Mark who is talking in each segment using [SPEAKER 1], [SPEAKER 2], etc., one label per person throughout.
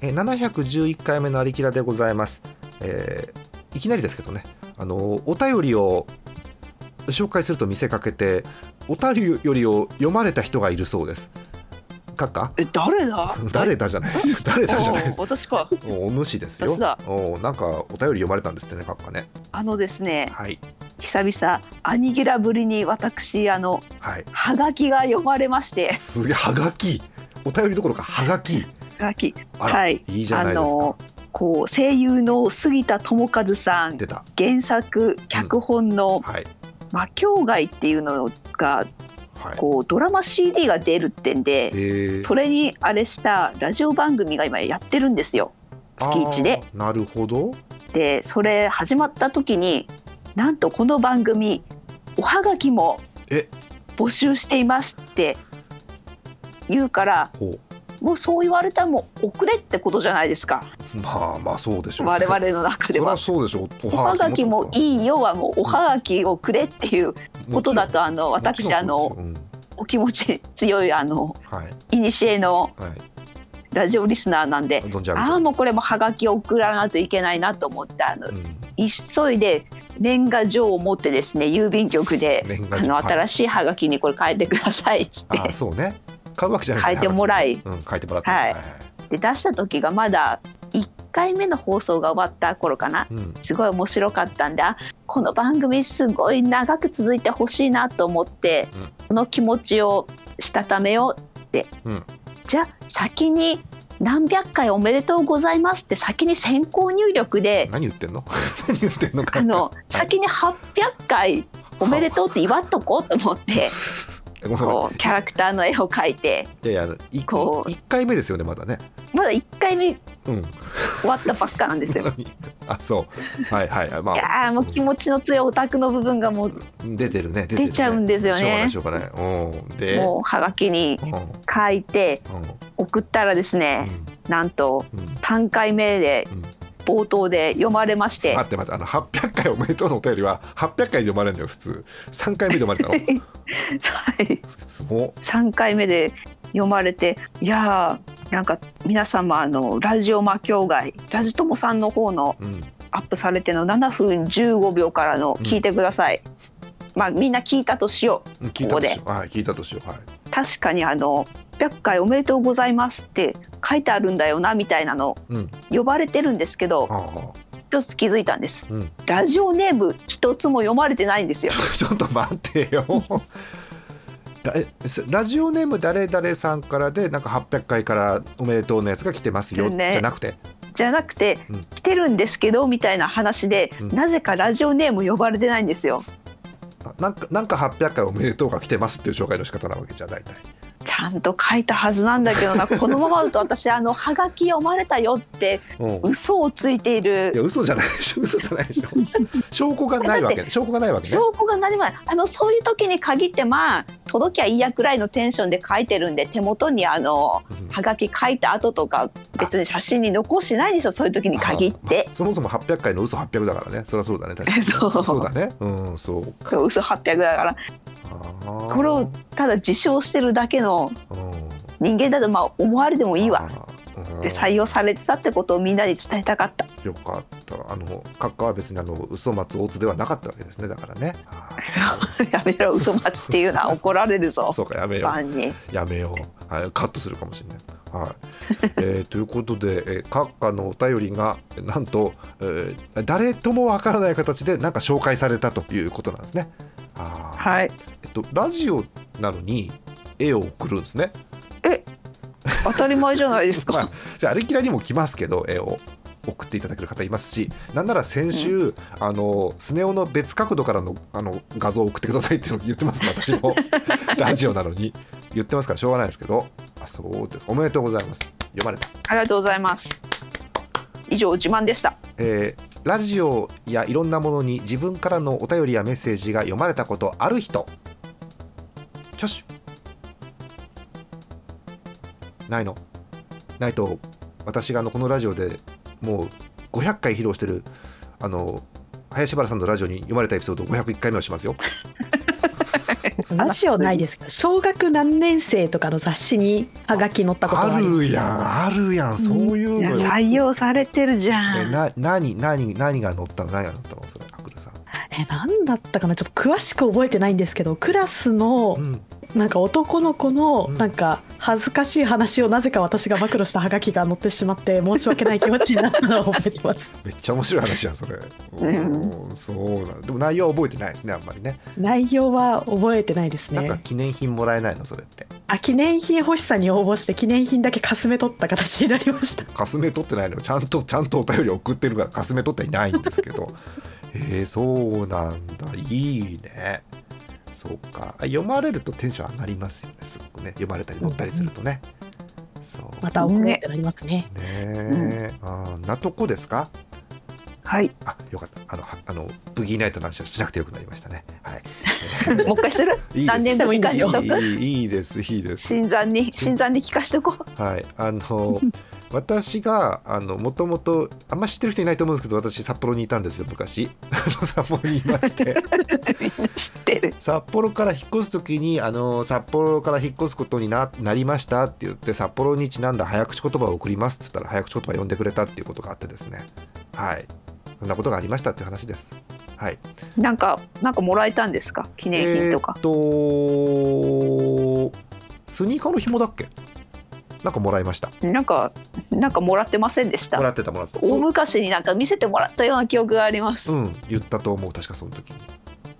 [SPEAKER 1] えー711回目のありきらでございます、えーいきなりですけどねあのーお便りを紹介すると見せかけてお便りを読まれた人がいるそうですかっか
[SPEAKER 2] え誰だ
[SPEAKER 1] 誰だじゃない ですよ誰だじゃないです
[SPEAKER 2] お私か
[SPEAKER 1] おお主ですよ
[SPEAKER 2] 私だ
[SPEAKER 1] おなんかお便り読まれたんですってねかっかね
[SPEAKER 2] あのですね
[SPEAKER 1] はい
[SPEAKER 2] 久々アニゲラぶりに私あの
[SPEAKER 1] はい
[SPEAKER 2] ハガキが読まれまして
[SPEAKER 1] すげえはがきお便りどころかはがき
[SPEAKER 2] ハガキ
[SPEAKER 1] あら、
[SPEAKER 2] はいい、
[SPEAKER 1] いじゃないですか、
[SPEAKER 2] こう声優の杉田智和さん
[SPEAKER 1] 出た
[SPEAKER 2] 原作脚本の
[SPEAKER 1] はい
[SPEAKER 2] 「魔境街」っていうのが
[SPEAKER 1] はい
[SPEAKER 2] こうドラマ CD が出るってんで
[SPEAKER 1] えー
[SPEAKER 2] それにあれしたラジオ番組が今やってるんですよ月1で。
[SPEAKER 1] あーなるほど
[SPEAKER 2] でそれ始まった時になんとこの番組おはがきも
[SPEAKER 1] え
[SPEAKER 2] 募集していますって言うから
[SPEAKER 1] ほう
[SPEAKER 2] もうそう言われたらもう遅れってことじゃないですか
[SPEAKER 1] まあまあそうでしょう
[SPEAKER 2] 我々の
[SPEAKER 1] そ
[SPEAKER 2] 中
[SPEAKER 1] り
[SPEAKER 2] で
[SPEAKER 1] ゃ
[SPEAKER 2] は。
[SPEAKER 1] そうでしょうお
[SPEAKER 2] おはがきもいいよはもうおはがきをくれっていうことだとあの
[SPEAKER 1] もちろん
[SPEAKER 2] 私あの
[SPEAKER 1] もち
[SPEAKER 2] お気持ち強いあの
[SPEAKER 1] ろんそううん
[SPEAKER 2] いにしえの
[SPEAKER 1] はいはい
[SPEAKER 2] ラジオリスナーなんで
[SPEAKER 1] 存じ上げて
[SPEAKER 2] ああもうこれもはがきを送らないといけないなと思ってあの
[SPEAKER 1] うん
[SPEAKER 2] 急いで年賀状を持ってですね郵便局で
[SPEAKER 1] 年賀
[SPEAKER 2] あ
[SPEAKER 1] 状
[SPEAKER 2] の
[SPEAKER 1] はい
[SPEAKER 2] 新しいはがきにこれ変えてくださいっつっ
[SPEAKER 1] あ
[SPEAKER 2] て
[SPEAKER 1] ーそうね買うわけじゃない
[SPEAKER 2] 変えてもら
[SPEAKER 1] い
[SPEAKER 2] い
[SPEAKER 1] うん変えてもらって
[SPEAKER 2] はいで出した時がまだ1回目の放送が終わった頃かな
[SPEAKER 1] うん
[SPEAKER 2] すごい面白かったんであこの番組すごい長く続いてほしいなと思って、
[SPEAKER 1] うん
[SPEAKER 2] この気持ちをしたためようって、
[SPEAKER 1] うん
[SPEAKER 2] じゃあ先に何百回おめでとうございますって先に先行入力で
[SPEAKER 1] 何言ってんの 何言ってんのか
[SPEAKER 2] あの先に800回おめでとうって祝っとこうと 思って
[SPEAKER 1] ごめんご
[SPEAKER 2] こうキャラクターの絵を描いて
[SPEAKER 1] めんいやいや一
[SPEAKER 2] こう
[SPEAKER 1] 一回目ですよねまだね
[SPEAKER 2] まだ1回目
[SPEAKER 1] うん
[SPEAKER 2] 終わったばっかなんですよ。
[SPEAKER 1] あそうはいはいま
[SPEAKER 2] い
[SPEAKER 1] あ
[SPEAKER 2] やーもう気持ちの強いオタクの部分がもう
[SPEAKER 1] 出てるねてるね
[SPEAKER 2] 出ちゃうんですよね
[SPEAKER 1] しょうがないしょうがないうんで
[SPEAKER 2] もうはがきに
[SPEAKER 1] うん
[SPEAKER 2] 書いて
[SPEAKER 1] うん
[SPEAKER 2] 送ったらですね、なんと
[SPEAKER 1] うんうん
[SPEAKER 2] 3回目で
[SPEAKER 1] うん
[SPEAKER 2] 冒頭で読まれまして、
[SPEAKER 1] 待って待ってあの800回おめでとうのお便りは800回で読まれるんだよ普通3回目で読まれた の
[SPEAKER 2] はい
[SPEAKER 1] すごっ
[SPEAKER 2] 3回目で読まれていやーなんか皆様あのラジオ魔境外ラジ友さんの方の
[SPEAKER 1] うん
[SPEAKER 2] アップされての7分15秒からの聞いてください、まあみんな聞いたとしよう
[SPEAKER 1] 聞いたとしようはい聞いたとしようはい
[SPEAKER 2] 確かにあの「100回おめでとうございます」って書いてあるんだよなみたいなの
[SPEAKER 1] うん
[SPEAKER 2] 呼ばれてるんですけど
[SPEAKER 1] ああ
[SPEAKER 2] 一つ気づいたんです
[SPEAKER 1] うん
[SPEAKER 2] ラジオネーム一つも読まれてないんですよ
[SPEAKER 1] ちょっと待ってよ ラえすラジオネーム誰々さんからでなんか800回からおめでとうのやつが来てますよ、
[SPEAKER 2] ね
[SPEAKER 1] じゃなくて
[SPEAKER 2] じゃなくて、
[SPEAKER 1] うん
[SPEAKER 2] 来てるんですけどみたいな話で、
[SPEAKER 1] うん
[SPEAKER 2] なぜかラジオネーム呼ばれてないんですよ
[SPEAKER 1] あなんかなんか800回おめでとうが来てますっていう紹介の仕方なわけじゃん大体
[SPEAKER 2] ちゃんと書いたはずなんだけどなこのままだと私あのハガキ読まれたよって
[SPEAKER 1] うん
[SPEAKER 2] 嘘をついてい
[SPEAKER 1] い
[SPEAKER 2] る
[SPEAKER 1] や嘘じゃないでしょ嘘じゃないで しょ証拠がないわ
[SPEAKER 2] だ
[SPEAKER 1] け証拠がないわけね
[SPEAKER 2] 証拠が何もないあのそういう時に限ってまあ届きゃいいやくらいのテンションで書いてるんで手元にあの
[SPEAKER 1] うん
[SPEAKER 2] ハガキ書いた後とか別に写真に残してないでしょそういう時に限って
[SPEAKER 1] あそもそも800回の嘘800だからねそりゃそうだね確かに
[SPEAKER 2] そう
[SPEAKER 1] そうだねうんそう
[SPEAKER 2] そう嘘800だからこ
[SPEAKER 1] こ
[SPEAKER 2] れをただ自称してるだけの人間だとまあ思われてもいいわで採用されてたってことをみんなに伝えたかった
[SPEAKER 1] よかったあの閣下は別にあの嘘松大津ではなかったわけですねだからねあ
[SPEAKER 2] やめろ嘘待ちっていうのは怒られるぞ
[SPEAKER 1] ーそうかやめよ
[SPEAKER 2] ファンに
[SPEAKER 1] うやめよう、はい、カットするかもしれない、 はいえーということで、えー、閣下のお便りがなんと、えー誰ともわからない形でなんか紹介されたということなんですねあー
[SPEAKER 2] はい
[SPEAKER 1] えっと、ラジオなのに絵を送るんですね。
[SPEAKER 2] 当たり前じゃないです
[SPEAKER 1] ま
[SPEAKER 2] か
[SPEAKER 1] あ、じゃああれ嫌いにも来ますけど絵を送っていただける方いますしなんなら先週、あのスネ夫の別角度からのあの画像を送ってくださいっていうのを言ってます私 もラジオなのに言ってますからしょうがないですけどあそうですおめでとうございます読まれた、
[SPEAKER 2] ありがとうございます以上自慢でした
[SPEAKER 1] えーラジオやいろんなものに自分からのお便りやメッセージが読まれたことある人挙手ないのないと私があのこのラジオでもう500回披露してるあの林原さんのラジオに読まれたエピソード501回目をしますよ。
[SPEAKER 3] ラジオないですけど小学何年生とかの雑誌にハガキ載ったことが
[SPEAKER 1] あ
[SPEAKER 3] あります
[SPEAKER 1] るやんあるやんそういう
[SPEAKER 2] いや
[SPEAKER 1] のよ、
[SPEAKER 2] 採用されてるじ
[SPEAKER 1] え
[SPEAKER 2] ゃん。
[SPEAKER 1] な何何何が乗ったの何が乗ったのそれアクルさん、
[SPEAKER 3] え何だったかなちょっと詳しく覚えてないんですけどクラスの
[SPEAKER 1] うん、
[SPEAKER 3] なんか男の子の
[SPEAKER 1] うん
[SPEAKER 3] なんか恥ずかしい話をなぜか私が暴露したハガキが載ってしまって申し訳ない気持ちになったのを覚えて ます
[SPEAKER 1] めっちゃ面白い話やんそれ、
[SPEAKER 2] ん
[SPEAKER 1] うん、そうなんでも内容は覚えてないですねあんまりね
[SPEAKER 3] 内容は覚えてないです
[SPEAKER 1] なんか
[SPEAKER 3] ね
[SPEAKER 1] 記念品もらえないのそれって
[SPEAKER 3] あ記念品欲しさに応募して記念品だけかすめ取った形になりま した
[SPEAKER 1] かすめ取ってないのよちゃんとちゃんとお便り送ってるからかすめ取ってはいないんですけ どえー、そうなんだいいねそうかあ読まれるとテンション上がりますよねすごくね読まれたり乗ったりするとね、そう
[SPEAKER 3] また送ろうってなりますね
[SPEAKER 1] ねえ、あーんなとこですか
[SPEAKER 2] はい。
[SPEAKER 1] あよかったあのはあのブギーナイトの話をしなくてよくなりましたねはい
[SPEAKER 2] もう一回する？
[SPEAKER 1] いいです
[SPEAKER 2] 何年ぶりか
[SPEAKER 3] 回
[SPEAKER 2] に
[SPEAKER 3] して
[SPEAKER 2] しと
[SPEAKER 3] も
[SPEAKER 1] い
[SPEAKER 2] く。
[SPEAKER 1] いいいいいですいいです
[SPEAKER 2] 新山に新山に聞かしておこう。
[SPEAKER 1] はい、あ の私があのもともとあんま知ってる人いないと思うんですけど私札幌にいたんですよ昔 あの札幌にいまして
[SPEAKER 2] 知ってる。
[SPEAKER 1] 札幌から引っ越す時にあの札幌から引っ越すことにななりましたって言って札幌にちなんだ早口言葉を送りますって言ったら早口言葉読んでくれたっていうことがあってですねはいそんなことがありましたっていう話ですはい
[SPEAKER 2] なんかなんかもらえたんですか？記念品とか
[SPEAKER 1] え。ーっとスニーカーの紐だっけなんかもらいました
[SPEAKER 2] なんかなんかもらってませんでし
[SPEAKER 1] もら
[SPEAKER 2] た。
[SPEAKER 1] ってたもらってた
[SPEAKER 2] 大昔になんか見せてもらったような記憶があります。
[SPEAKER 1] うん、言ったと思う確かその時に。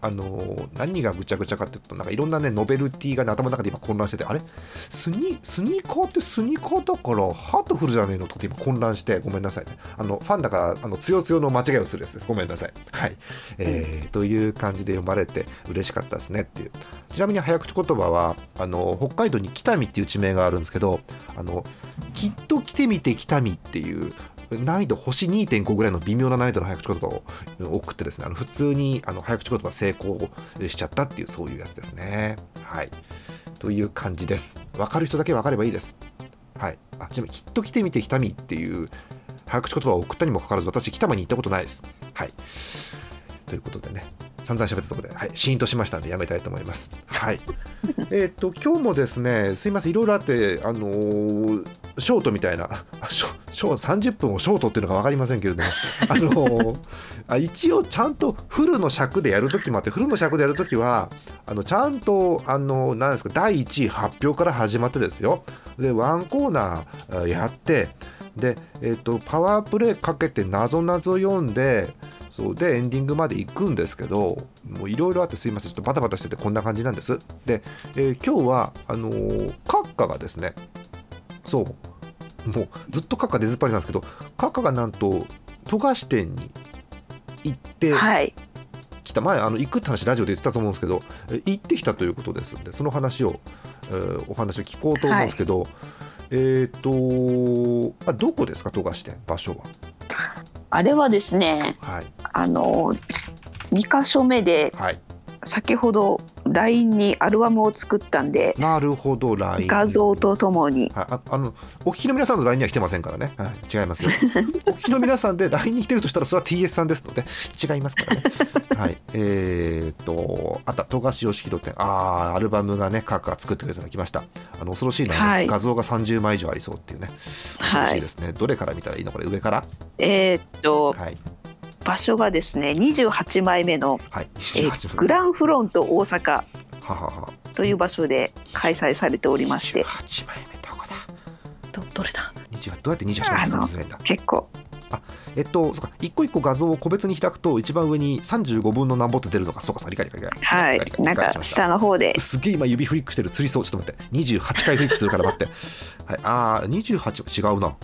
[SPEAKER 1] あのー何がぐちゃぐちゃかっていうとなんかいろんなねノベルティがね頭の中で今混乱しててあれスニスニーカーってスニーカーだからハートフルじゃねえのとかって今混乱してごめんなさいねあのファンだからあのつよつよの間違いをするやつですごめんなさいはい、えーという感じで読まれて嬉しかったですねっていうちなみに早口言葉はあの北海道に北見っていう地名があるんですけどあのきっと来てみて北見っていう難易度星2.5ぐらいの微妙な難易度の早口言葉を送ってですねあの普通にあの早口言葉成功しちゃったっていうそういうやつですね。はいという感じです。分かる人だけ分かればいいです。はい、あちなみにきっと来てみて北見っていう早口言葉を送ったにもかかわらず私北見に行ったことないです。はい、ということでね散々喋ったところで、はい、シーンとしましたんでやめたいと思います。はい、えっと今日もですねすいませんいろいろあってあのーショートみたいなあショショー30分をショートっていうのか分かりませんけれども、あのーあ一応ちゃんとフルの尺でやるときもあってフルの尺でやるときはあのちゃんとあのなんですか第1位発表から始まってですよでワンコーナーあやってで、えっとパワープレイかけてなぞなぞ読んでそうでエンディングまで行くんですけどもういろいろあってすいませんちょっとバタバタしててこんな感じなんですで、えー今日はあのー閣下がですねそうもうずっと閣下出ずっぱりなんですけど閣下がなんと富樫店に行って
[SPEAKER 2] はい。
[SPEAKER 1] きた、前あの行くって話ラジオで言ってたと思うんですけどえ行ってきたということですんでその話を、えーお話を聞こうと思うんですけど、えっ、とあどこですか富樫店場所
[SPEAKER 2] あれはですね、
[SPEAKER 1] ははい
[SPEAKER 2] あの二箇所目で
[SPEAKER 1] はい
[SPEAKER 2] 先ほど LINE にアルバムを作ったんで
[SPEAKER 1] なるほど LINE
[SPEAKER 2] 画像とともに
[SPEAKER 1] はい、ああのお聞きの皆さんの LINE には来てませんからね、はい、違い ますよお聞きの皆さんで LINE に来てるとしたらそれは TS さんですので違いますからねはいえー、っとあった富樫義弘店ああアルバムがねカーカー作ってくれたの来ましたあの恐ろしいのはね、
[SPEAKER 2] はい
[SPEAKER 1] 画像が30枚以上ありそうっていうね恐ろ
[SPEAKER 2] は
[SPEAKER 1] しい
[SPEAKER 2] い
[SPEAKER 1] ですね、どれから見たらいいのこれ上から
[SPEAKER 2] えーっと
[SPEAKER 1] はい
[SPEAKER 2] 場所がですね28枚目の
[SPEAKER 1] はい
[SPEAKER 2] えー
[SPEAKER 1] 28
[SPEAKER 2] グランフロント大阪
[SPEAKER 1] ははは
[SPEAKER 2] という場所で開催されておりまして
[SPEAKER 1] 28枚目どこだ
[SPEAKER 3] どどれだ
[SPEAKER 1] 28どうやって28枚目かずれた
[SPEAKER 2] 結構
[SPEAKER 1] えっと、そうか、一個一個画像を個別に開くと、一番上に35分の何ぼって出るのか、そうか、そうか、理解、理解、理解。
[SPEAKER 2] はい
[SPEAKER 1] 理解
[SPEAKER 2] なん
[SPEAKER 1] 理解し
[SPEAKER 2] か
[SPEAKER 1] ました
[SPEAKER 2] 下の方です
[SPEAKER 1] げえ今指フリックしてる、釣りそう、ちょっと待って、28回フリックするから待って。はい、ああ、28、違うな。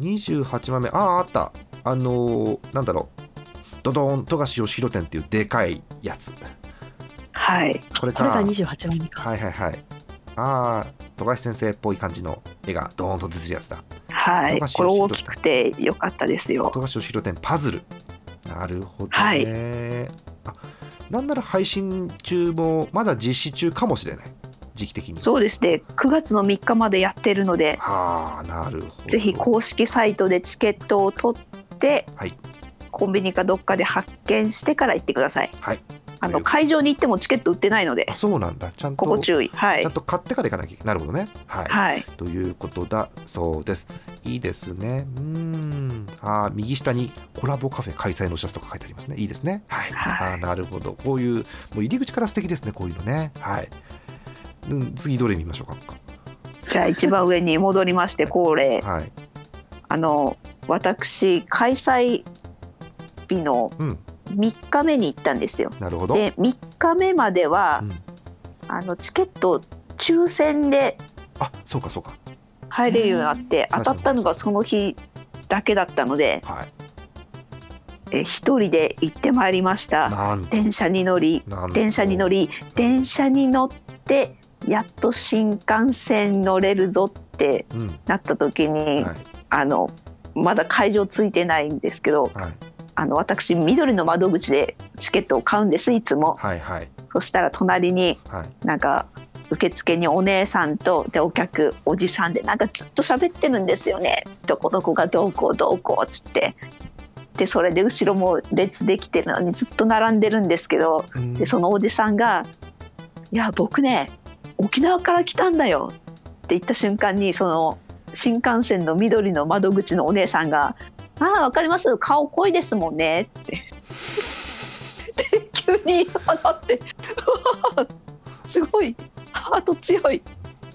[SPEAKER 1] 28枚目、ああ、あった。あのー、なんだろう。ドドーン、富樫義弘店っていうでかいやつ。
[SPEAKER 2] はい
[SPEAKER 1] これ
[SPEAKER 3] こ
[SPEAKER 1] か
[SPEAKER 3] れ
[SPEAKER 1] ら。
[SPEAKER 3] が28枚目か
[SPEAKER 1] はいはいはい。ああ、富樫先生っぽい感じの絵がドーンと出てるやつだ。
[SPEAKER 2] はい
[SPEAKER 1] 富樫
[SPEAKER 2] これ大きくてよかったですよ
[SPEAKER 1] 富樫義弘店パズルなるほどね、
[SPEAKER 2] は
[SPEAKER 1] あなんなら配信中もまだ実施中かもしれない時期的に
[SPEAKER 2] そうですね9月の3日までやってるので
[SPEAKER 1] はあなるほど
[SPEAKER 2] ぜひ公式サイトでチケットを取って
[SPEAKER 1] はい
[SPEAKER 2] コンビニかどっかで発見してから行ってください
[SPEAKER 1] はい
[SPEAKER 2] あの会場に行ってもチケット売ってないので
[SPEAKER 1] あそうなんだちゃんと
[SPEAKER 2] ここ注意は
[SPEAKER 1] ち
[SPEAKER 2] い
[SPEAKER 1] ゃんと買ってから行かなきゃなるほどねはい、
[SPEAKER 2] はい
[SPEAKER 1] ということだそうですいいですねうーんあー右下にコラボカフェ開催のお知らせとか書いてありますねいいですねはい、
[SPEAKER 2] はい
[SPEAKER 1] あーなるほどこういうもう入り口から素敵ですねこういうのねはいうん次どれ見ましょうか
[SPEAKER 2] じゃあ一番上に戻りまして恒例
[SPEAKER 1] はい
[SPEAKER 2] あの私開催日の
[SPEAKER 1] うん
[SPEAKER 2] 3日目に行ったんですよ。
[SPEAKER 1] なるほど
[SPEAKER 2] で3日目までは、
[SPEAKER 1] うん
[SPEAKER 2] あのチケット抽選で
[SPEAKER 1] あそうかそうか
[SPEAKER 2] 入れるようになって
[SPEAKER 1] うん
[SPEAKER 2] 当たったのがその日だけだったので、
[SPEAKER 1] はい
[SPEAKER 2] えー一人で行ってまいりました。
[SPEAKER 1] なん
[SPEAKER 2] 電車に乗り
[SPEAKER 1] なんと
[SPEAKER 2] 電車に乗り電車に乗ってやっと新幹線乗れるぞって
[SPEAKER 1] うん
[SPEAKER 2] なった時に、
[SPEAKER 1] はい
[SPEAKER 2] あのまだ会場ついてないんですけど
[SPEAKER 1] はい
[SPEAKER 2] あの私緑の窓口でチケットを買うんですいつも
[SPEAKER 1] はいはい
[SPEAKER 2] そしたら隣に
[SPEAKER 1] はい
[SPEAKER 2] なんか受付にお姉さんとでお客おじさんでなんかずっと喋ってるんですよねどこどこがどうこうどうこうっつってでそれで後ろも列できてるのにずっと並んでるんですけど
[SPEAKER 1] うん
[SPEAKER 2] でそのおじさんが「いや僕ね沖縄から来たんだよ」って言った瞬間にその新幹線の緑の窓口のお姉さんが「ああわかります顔濃いですもんね」 ってで急に放って うわーすごいハート強い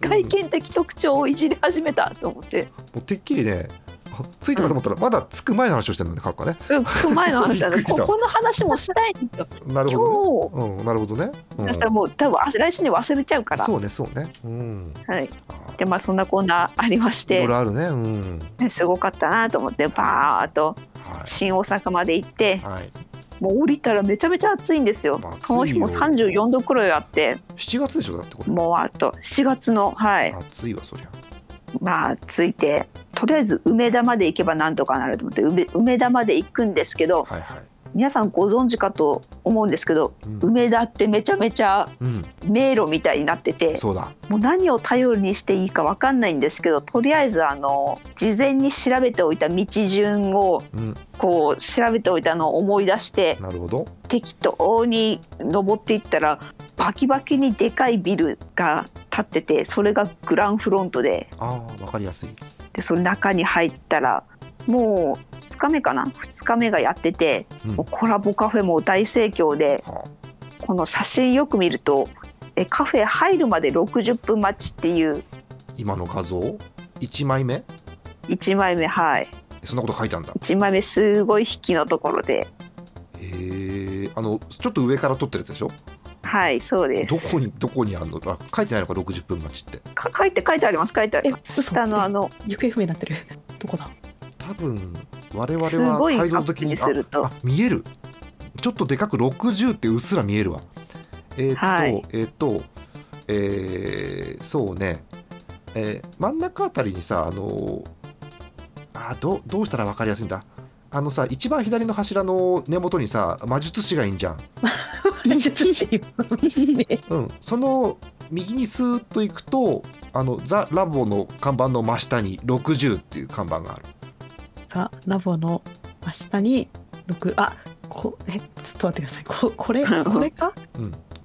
[SPEAKER 2] 外見的特徴をいじり始めたと思って、
[SPEAKER 1] もうてっきりねあ着いたかと思ったらまだ着く前の話をしてるのねカッカね
[SPEAKER 2] うん、ちょっと前の話だ
[SPEAKER 1] び
[SPEAKER 2] ね
[SPEAKER 1] っくりし
[SPEAKER 2] こ
[SPEAKER 1] た
[SPEAKER 2] この話もしたいんだよ
[SPEAKER 1] なる
[SPEAKER 2] 今
[SPEAKER 1] ほ
[SPEAKER 2] 日
[SPEAKER 1] どねうんなるほどね、うん
[SPEAKER 2] だしたらもう多分来週に忘れちゃうから、
[SPEAKER 1] そうねそうねうん
[SPEAKER 2] はい、
[SPEAKER 1] あー
[SPEAKER 2] でまあそんなこんなありまし
[SPEAKER 1] いろ
[SPEAKER 2] て
[SPEAKER 1] いろあるねうん
[SPEAKER 2] すごかったなと思ってバーッと
[SPEAKER 1] は
[SPEAKER 2] 新大阪まで行って
[SPEAKER 1] い、はい、
[SPEAKER 2] もう降りたらめちゃめちゃ暑いんですよ
[SPEAKER 1] まあ暑いよ
[SPEAKER 2] この日も34度くらいあって
[SPEAKER 1] 7月でしょだってこれ
[SPEAKER 2] もうあと4月のはい
[SPEAKER 1] 暑いわそりゃ
[SPEAKER 2] まあついてとりあえず梅田まで行けばなんとかなると思って梅梅田まで行くんですけど
[SPEAKER 1] はいはい
[SPEAKER 2] 皆さんご存知かと思うんですけど
[SPEAKER 1] うん、
[SPEAKER 2] 梅田ってめちゃめちゃ
[SPEAKER 1] うん、
[SPEAKER 2] 迷路みたいになってて
[SPEAKER 1] そうだ
[SPEAKER 2] もう何を頼りにしていいかわかんないんですけどとりあえずあの事前に調べておいた道順を
[SPEAKER 1] うん
[SPEAKER 2] こう調べておいたのを思い出して
[SPEAKER 1] なるほど
[SPEAKER 2] 適当に登っていったらバキバキにでかいビルが建っててそれがグランフロントで
[SPEAKER 1] ああわかりやすい
[SPEAKER 2] でその中に入ったらもう2日目かな2日目がやってて
[SPEAKER 1] うん
[SPEAKER 2] もうコラボカフェも大盛況で
[SPEAKER 1] は
[SPEAKER 2] この写真よく見るとえカフェ入るまで60分待ちっていう
[SPEAKER 1] あ今の画像一枚目
[SPEAKER 2] 1枚目はい
[SPEAKER 1] そんなこと書いてあるんだ
[SPEAKER 2] 1枚目すごい引きのところで
[SPEAKER 1] へえあのちょっと上から撮ってるやつでしょ
[SPEAKER 2] はいそうです
[SPEAKER 1] どこにどこにあんのあ書いてないのか60分待ちって
[SPEAKER 2] か書いて書いてあります書いてありま
[SPEAKER 3] え
[SPEAKER 2] す
[SPEAKER 3] 嘘
[SPEAKER 2] 下のあの
[SPEAKER 3] 行方不明になってるどこだ
[SPEAKER 1] 多分我々
[SPEAKER 2] すご
[SPEAKER 1] はい改造の時に
[SPEAKER 2] アップにすると
[SPEAKER 1] ああ見えるちょっとでかく60ってうっすら見えるわえーっと、
[SPEAKER 2] はい
[SPEAKER 1] えーっとえーそうね、えー真ん中あたりにさあのーあーどどうしたら分かりやすいんだあのさ一番左の柱の根元にさ魔術師がいいんじゃん、
[SPEAKER 3] 忍術師いいね
[SPEAKER 1] うん、その右にスーッと行くとあのザ・ラボの看板の真下に60っていう看板がある
[SPEAKER 3] さあラボの真下に6あこえちょっと待ってくださいここれこれか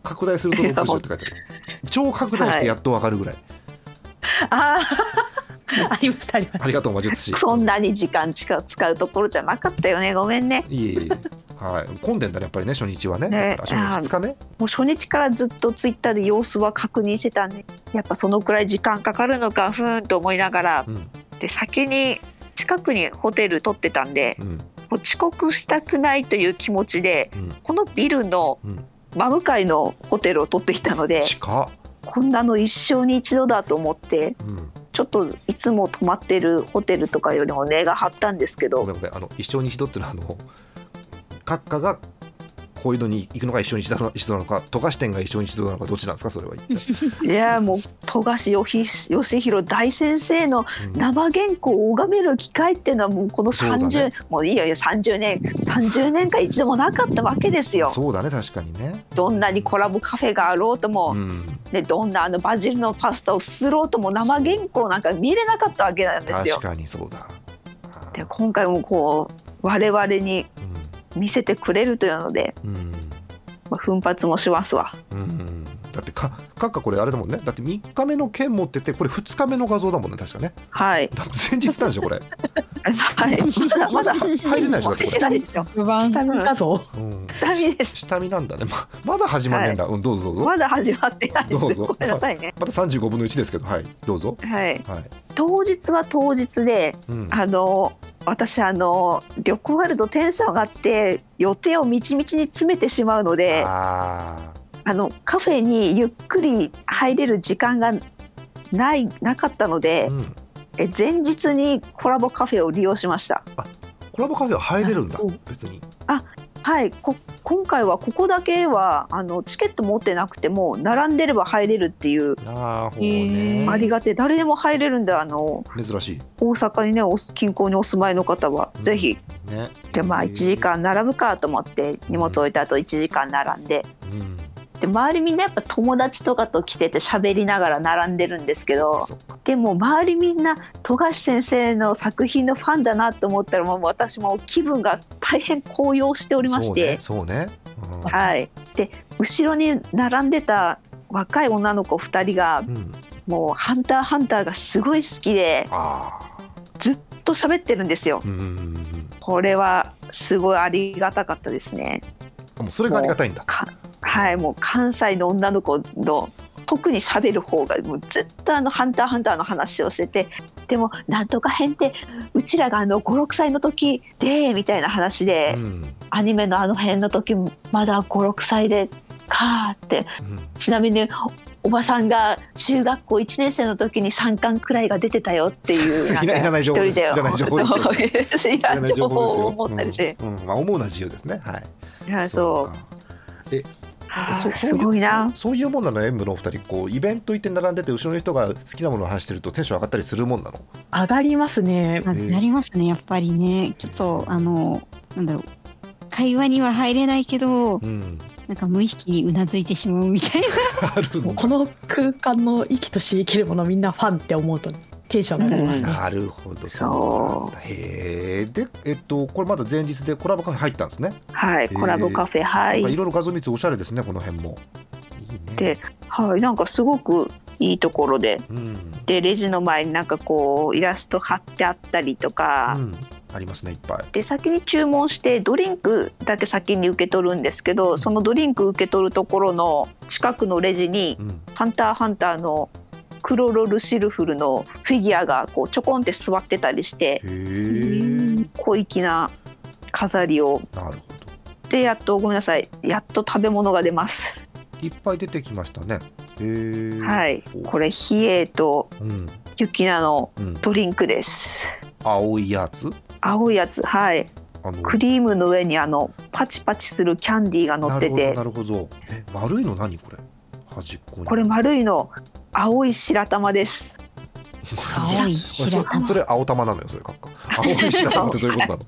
[SPEAKER 1] 拡大すると60って書いてある超拡大してやっとわかるぐらい、
[SPEAKER 3] あーありましたありま
[SPEAKER 1] あ
[SPEAKER 3] し
[SPEAKER 1] りがとう魔術師
[SPEAKER 2] そんなに時間近く使うところじゃなかったよねごめんね
[SPEAKER 1] いえいえはい混んでんだねやっぱりね初日はね
[SPEAKER 2] ね
[SPEAKER 1] だから初日2日目
[SPEAKER 2] もう初日からずっとツイッターで様子は確認してたんでやっぱそのくらい時間かかるのかふーんと思いながら
[SPEAKER 1] うん
[SPEAKER 2] で先に近くにホテル取ってたんで
[SPEAKER 1] うん
[SPEAKER 2] もう遅刻したくないという気持ちで
[SPEAKER 1] うん
[SPEAKER 2] このビルの
[SPEAKER 1] うん
[SPEAKER 2] 真向かいのホテルを取ってきたので
[SPEAKER 1] 近っ
[SPEAKER 2] こんなの一生に一度だと思って
[SPEAKER 1] うん
[SPEAKER 2] ちょっといつも泊まってるホテルとかよりも値が張ったんですけ
[SPEAKER 1] ご
[SPEAKER 2] ど
[SPEAKER 1] めんごめんあの一生に一度っていうのはあの閣下がこういうのに行くのが一生に一度なの一度なのか富樫店が一生に一度なのかどっちなんですかそれは一 体、
[SPEAKER 2] いやーもう富樫義義弘大先生の生原稿を拝める機会っていうのはもうこの
[SPEAKER 1] そうだ
[SPEAKER 2] 30
[SPEAKER 1] ね
[SPEAKER 2] もういいよいいよ30年30年間一度もなかったわけです
[SPEAKER 1] うん
[SPEAKER 2] よ。
[SPEAKER 1] そうだね確かにね
[SPEAKER 2] どんなにコラボカフェがあろうとも、
[SPEAKER 1] うん
[SPEAKER 2] ね、どんなあのバジルのパスタをすすろうとも生原稿なんか見れなかったわけなんです
[SPEAKER 1] 確
[SPEAKER 2] よ。
[SPEAKER 1] かにそうだあ
[SPEAKER 2] で
[SPEAKER 1] ー
[SPEAKER 2] 今回もこう我々に見せてくれるというので、
[SPEAKER 1] うんうん
[SPEAKER 2] ぱ奮発もしますわ
[SPEAKER 1] うんだってか閣下これあれだもんねだって3日目の剣持っててこれ2日目の画像だもんね確かね
[SPEAKER 2] はい
[SPEAKER 1] だ前日なんでしょこれ、
[SPEAKER 2] はいま だまだ
[SPEAKER 1] 入れないでしょだってこれ
[SPEAKER 2] 下見ですよ
[SPEAKER 4] 不安
[SPEAKER 3] 下見だぞ。
[SPEAKER 1] うん、
[SPEAKER 2] 下見です
[SPEAKER 1] 下見なんだねままだ始まんねえんだ、うんどうぞどうぞ
[SPEAKER 2] まだ始まってないで
[SPEAKER 1] どう
[SPEAKER 2] す
[SPEAKER 1] ぞ
[SPEAKER 2] ごめんなさいね
[SPEAKER 1] まだ35分の1ですけどはいどうぞ
[SPEAKER 2] はい
[SPEAKER 1] はい、
[SPEAKER 2] 当日は当日で
[SPEAKER 1] うん、
[SPEAKER 2] あの私あの旅行あるとテンション上がって予定をみちみちに詰めてしまうのであ
[SPEAKER 1] あ
[SPEAKER 2] のカフェにゆっくり入れる時間がないなかったので
[SPEAKER 1] ー、うん、
[SPEAKER 2] え前日にコラボカフェを利用しました
[SPEAKER 1] コラボカフェは入れるんだ
[SPEAKER 3] お
[SPEAKER 1] 別に
[SPEAKER 2] はいこ今回はここだけはあのチケット持ってなくても並んでれば入れるっていう
[SPEAKER 1] なるほど
[SPEAKER 4] へ
[SPEAKER 1] ね
[SPEAKER 4] ー
[SPEAKER 2] ありがて誰でも入れるんであの
[SPEAKER 1] 珍し
[SPEAKER 2] 大阪にねお近郊にお住まいの方は
[SPEAKER 1] うん
[SPEAKER 2] ぜひ
[SPEAKER 1] いね
[SPEAKER 2] でまあ1時、間並ぶかと思って荷物置いた後1時間並んで
[SPEAKER 1] うん、
[SPEAKER 2] で周りみんなやっぱ友達とかと来てて喋りながら並んでるんですけど
[SPEAKER 1] そっか
[SPEAKER 2] でも周りみんな富樫先生の作品のファンだなと思ったらもう私も気分が大変高揚しておりまして、
[SPEAKER 1] そうねそうね、うん
[SPEAKER 2] はい、で後ろに並んでた若い女の子2人が
[SPEAKER 1] うん、
[SPEAKER 2] もう「ハンターハンター」がすごい好きで
[SPEAKER 1] ああ
[SPEAKER 2] ずっと喋ってるんですよ。
[SPEAKER 1] うんうんうんうん
[SPEAKER 2] これはすごいありがたかったですね。
[SPEAKER 1] あもうそれがありがたいんだ
[SPEAKER 2] かはいもう関西の女の子の特に喋る方がもうずっとあの「ハンターハンター」の話をしててでも「なんとか編ってうちらがあの56歳の時で」みたいな話で、
[SPEAKER 1] うんうん
[SPEAKER 2] アニメのあの辺の時まだ56歳でかーってちなみにおばさんが中学校1年生の時に3巻くらいが出てたよっていう
[SPEAKER 1] いらいらない情報です
[SPEAKER 2] 一人
[SPEAKER 1] いら
[SPEAKER 2] で
[SPEAKER 1] ない情報
[SPEAKER 2] です いら
[SPEAKER 1] いら
[SPEAKER 2] ん
[SPEAKER 1] ない
[SPEAKER 2] 情
[SPEAKER 1] 情
[SPEAKER 2] 報を
[SPEAKER 1] 報
[SPEAKER 2] 思った
[SPEAKER 1] で
[SPEAKER 2] りし
[SPEAKER 1] すよ
[SPEAKER 2] て、
[SPEAKER 1] うんうんまあ、思うのは自由ですねはい
[SPEAKER 2] はいそう
[SPEAKER 1] か
[SPEAKER 2] はあ
[SPEAKER 1] そう
[SPEAKER 2] すごいな
[SPEAKER 1] そうそういうもんなの演舞のお二人こうイベント行って並んでて後ろの人が好きなものを話してるとテンション上がったりするもんなの
[SPEAKER 3] 上がりますね。
[SPEAKER 4] まあなりますねやっぱりねちょっとあのなんだろう会話には入れないけど
[SPEAKER 1] うん
[SPEAKER 4] なんか無意識にうなずいてしまうみたいな
[SPEAKER 1] あるんだ
[SPEAKER 3] この空間の生きとし生きるものみんなファンって思うとテンション上がりますね。
[SPEAKER 1] なるほど
[SPEAKER 2] そう
[SPEAKER 1] うなんだへえでえっとこれまだ前日でコラボカフェ入ったんですね
[SPEAKER 2] はい、
[SPEAKER 1] ー
[SPEAKER 2] コラボカフェ、は
[SPEAKER 1] なんかい
[SPEAKER 2] い、
[SPEAKER 1] ろいろ画像見ておしゃれですねこの辺もいいね
[SPEAKER 2] ではい、なんかすごくいいところで、
[SPEAKER 1] うん
[SPEAKER 2] で、レジの前になんかこうイラスト貼ってあったりとか
[SPEAKER 1] う。ん、ありますねいっぱい
[SPEAKER 2] で先に注文してドリンクだけ先に受け取るんですけどそのドリンク受け取るところの近くのレジに
[SPEAKER 1] うん
[SPEAKER 2] 「ハンターハンター」のクロロルシルフルのフィギュアがこうちょこんって座ってたりして
[SPEAKER 1] へえ
[SPEAKER 2] 小粋な飾りを
[SPEAKER 1] なるほど
[SPEAKER 2] でやっとごめんなさいやっと食べ物が出ます
[SPEAKER 1] いっぱい出てきましたね。へえ。
[SPEAKER 2] はい
[SPEAKER 1] お
[SPEAKER 2] これ冷えと
[SPEAKER 1] うん。
[SPEAKER 2] ゆきなの
[SPEAKER 1] うん。
[SPEAKER 2] ドリンクです
[SPEAKER 1] 青いやつ。
[SPEAKER 2] 青いやつはい
[SPEAKER 1] あの。
[SPEAKER 2] クリームの上にあのパチパチするキャンディーが乗ってて
[SPEAKER 1] なるほど。なるほどえ、丸いの何これ。端っこに。
[SPEAKER 2] これ丸いの青い白玉です
[SPEAKER 4] 青い
[SPEAKER 1] そ
[SPEAKER 4] 白玉
[SPEAKER 1] それ青玉なのよ、それかっか。青い白玉ってどういうことなの。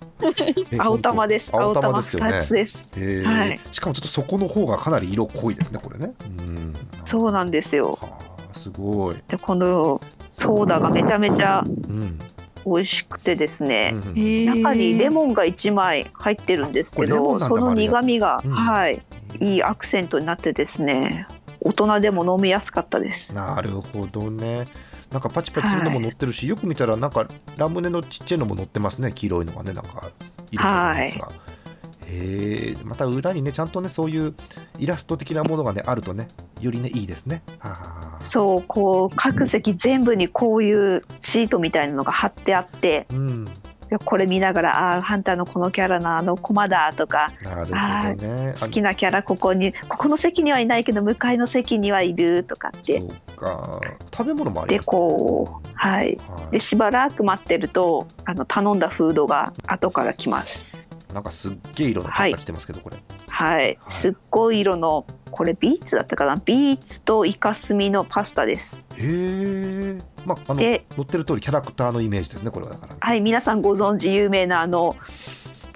[SPEAKER 1] え
[SPEAKER 2] 青玉です
[SPEAKER 1] 本
[SPEAKER 2] 青
[SPEAKER 1] 当青玉
[SPEAKER 2] 玉
[SPEAKER 1] ですよ
[SPEAKER 2] 2
[SPEAKER 1] ね
[SPEAKER 2] つ。です
[SPEAKER 1] へえ
[SPEAKER 2] はい
[SPEAKER 1] しかもちょっと底の方がかなり色濃いですね、これね。うん。
[SPEAKER 2] そうなんですよ
[SPEAKER 1] はあ、すごい。
[SPEAKER 2] でこのソーダがめちゃめちゃ
[SPEAKER 1] うん。
[SPEAKER 2] 美味しくてですね、
[SPEAKER 1] うん
[SPEAKER 2] 中にレ
[SPEAKER 4] ン
[SPEAKER 2] モンが1枚入ってるんです
[SPEAKER 1] あこ
[SPEAKER 2] け
[SPEAKER 1] れレモ
[SPEAKER 2] ど
[SPEAKER 1] ンなんだ
[SPEAKER 2] その
[SPEAKER 1] 丸いやつ
[SPEAKER 2] 苦みが、
[SPEAKER 1] うん
[SPEAKER 2] はいいいアクセントになってですね大人でも飲みやすかったです
[SPEAKER 1] なるほどね。なんかパチパチするのも乗ってるし、よく見たらなんかラムネのちっちゃいのも乗ってますね黄色いのがねなんか色のやつが。へえまた裏にねちゃんとねそういうイラスト的なものがねあるとねよりねいいですね。はあ
[SPEAKER 2] そうこう各席全部にこういうシートみたいなのが貼ってあって
[SPEAKER 1] うん、
[SPEAKER 2] でこれ見ながら「ああーハンターのこのキャラのあの駒だ」とか
[SPEAKER 1] なるほどね。
[SPEAKER 2] 「好きなキャラここにここの席にはいないけど向かいの席にはいる」とかっ
[SPEAKER 1] あ
[SPEAKER 2] て
[SPEAKER 1] のそうか食べ物もあり
[SPEAKER 2] で
[SPEAKER 1] ますね。
[SPEAKER 2] こうはい。
[SPEAKER 1] は
[SPEAKER 2] でしばらく待ってるとあの頼んだフードが後から来ます。
[SPEAKER 1] い、なんかすっげえ色のパスタ来てますけど、これ。
[SPEAKER 2] はい、すっごい色のこれビーツだったかなビーツとイカスミのパスタです。
[SPEAKER 1] へえまああの
[SPEAKER 2] で
[SPEAKER 1] 乗ってる通りキャラクターのイメージですねこれはだから。
[SPEAKER 2] はい皆さんご存知有名なあの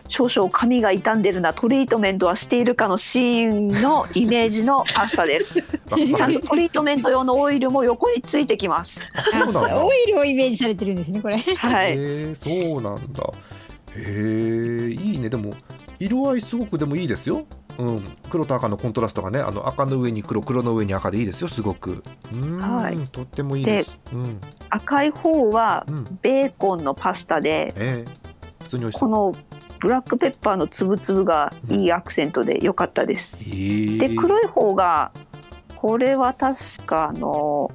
[SPEAKER 2] 少々髪が傷んでるなトリートメントはしているかのシーンのイメージのパスタ です。
[SPEAKER 1] わわ
[SPEAKER 2] ち
[SPEAKER 1] か
[SPEAKER 2] ゃん
[SPEAKER 1] り
[SPEAKER 2] とトリートメント用のオイルも横についてきます。
[SPEAKER 1] あそうなんだ
[SPEAKER 4] オ。イルをイメージされてるんですねこれ
[SPEAKER 2] は
[SPEAKER 1] へ
[SPEAKER 2] い、
[SPEAKER 1] えそうなんだへえいいねでも色合いすごくでもいいですようん、黒と赤のコントラストがねあの赤の上に黒黒の上に赤でいいですよすごくうん、
[SPEAKER 2] はい
[SPEAKER 1] とってもいいですうん
[SPEAKER 2] 赤い方は
[SPEAKER 1] うん
[SPEAKER 2] ベーコンのパスタで
[SPEAKER 1] ええ普通に美味しそ
[SPEAKER 2] こ
[SPEAKER 1] う
[SPEAKER 2] のブラックペッパーのつぶつぶがいいアクセントで良かったです。で
[SPEAKER 1] で
[SPEAKER 2] 黒い方がこれは確かあの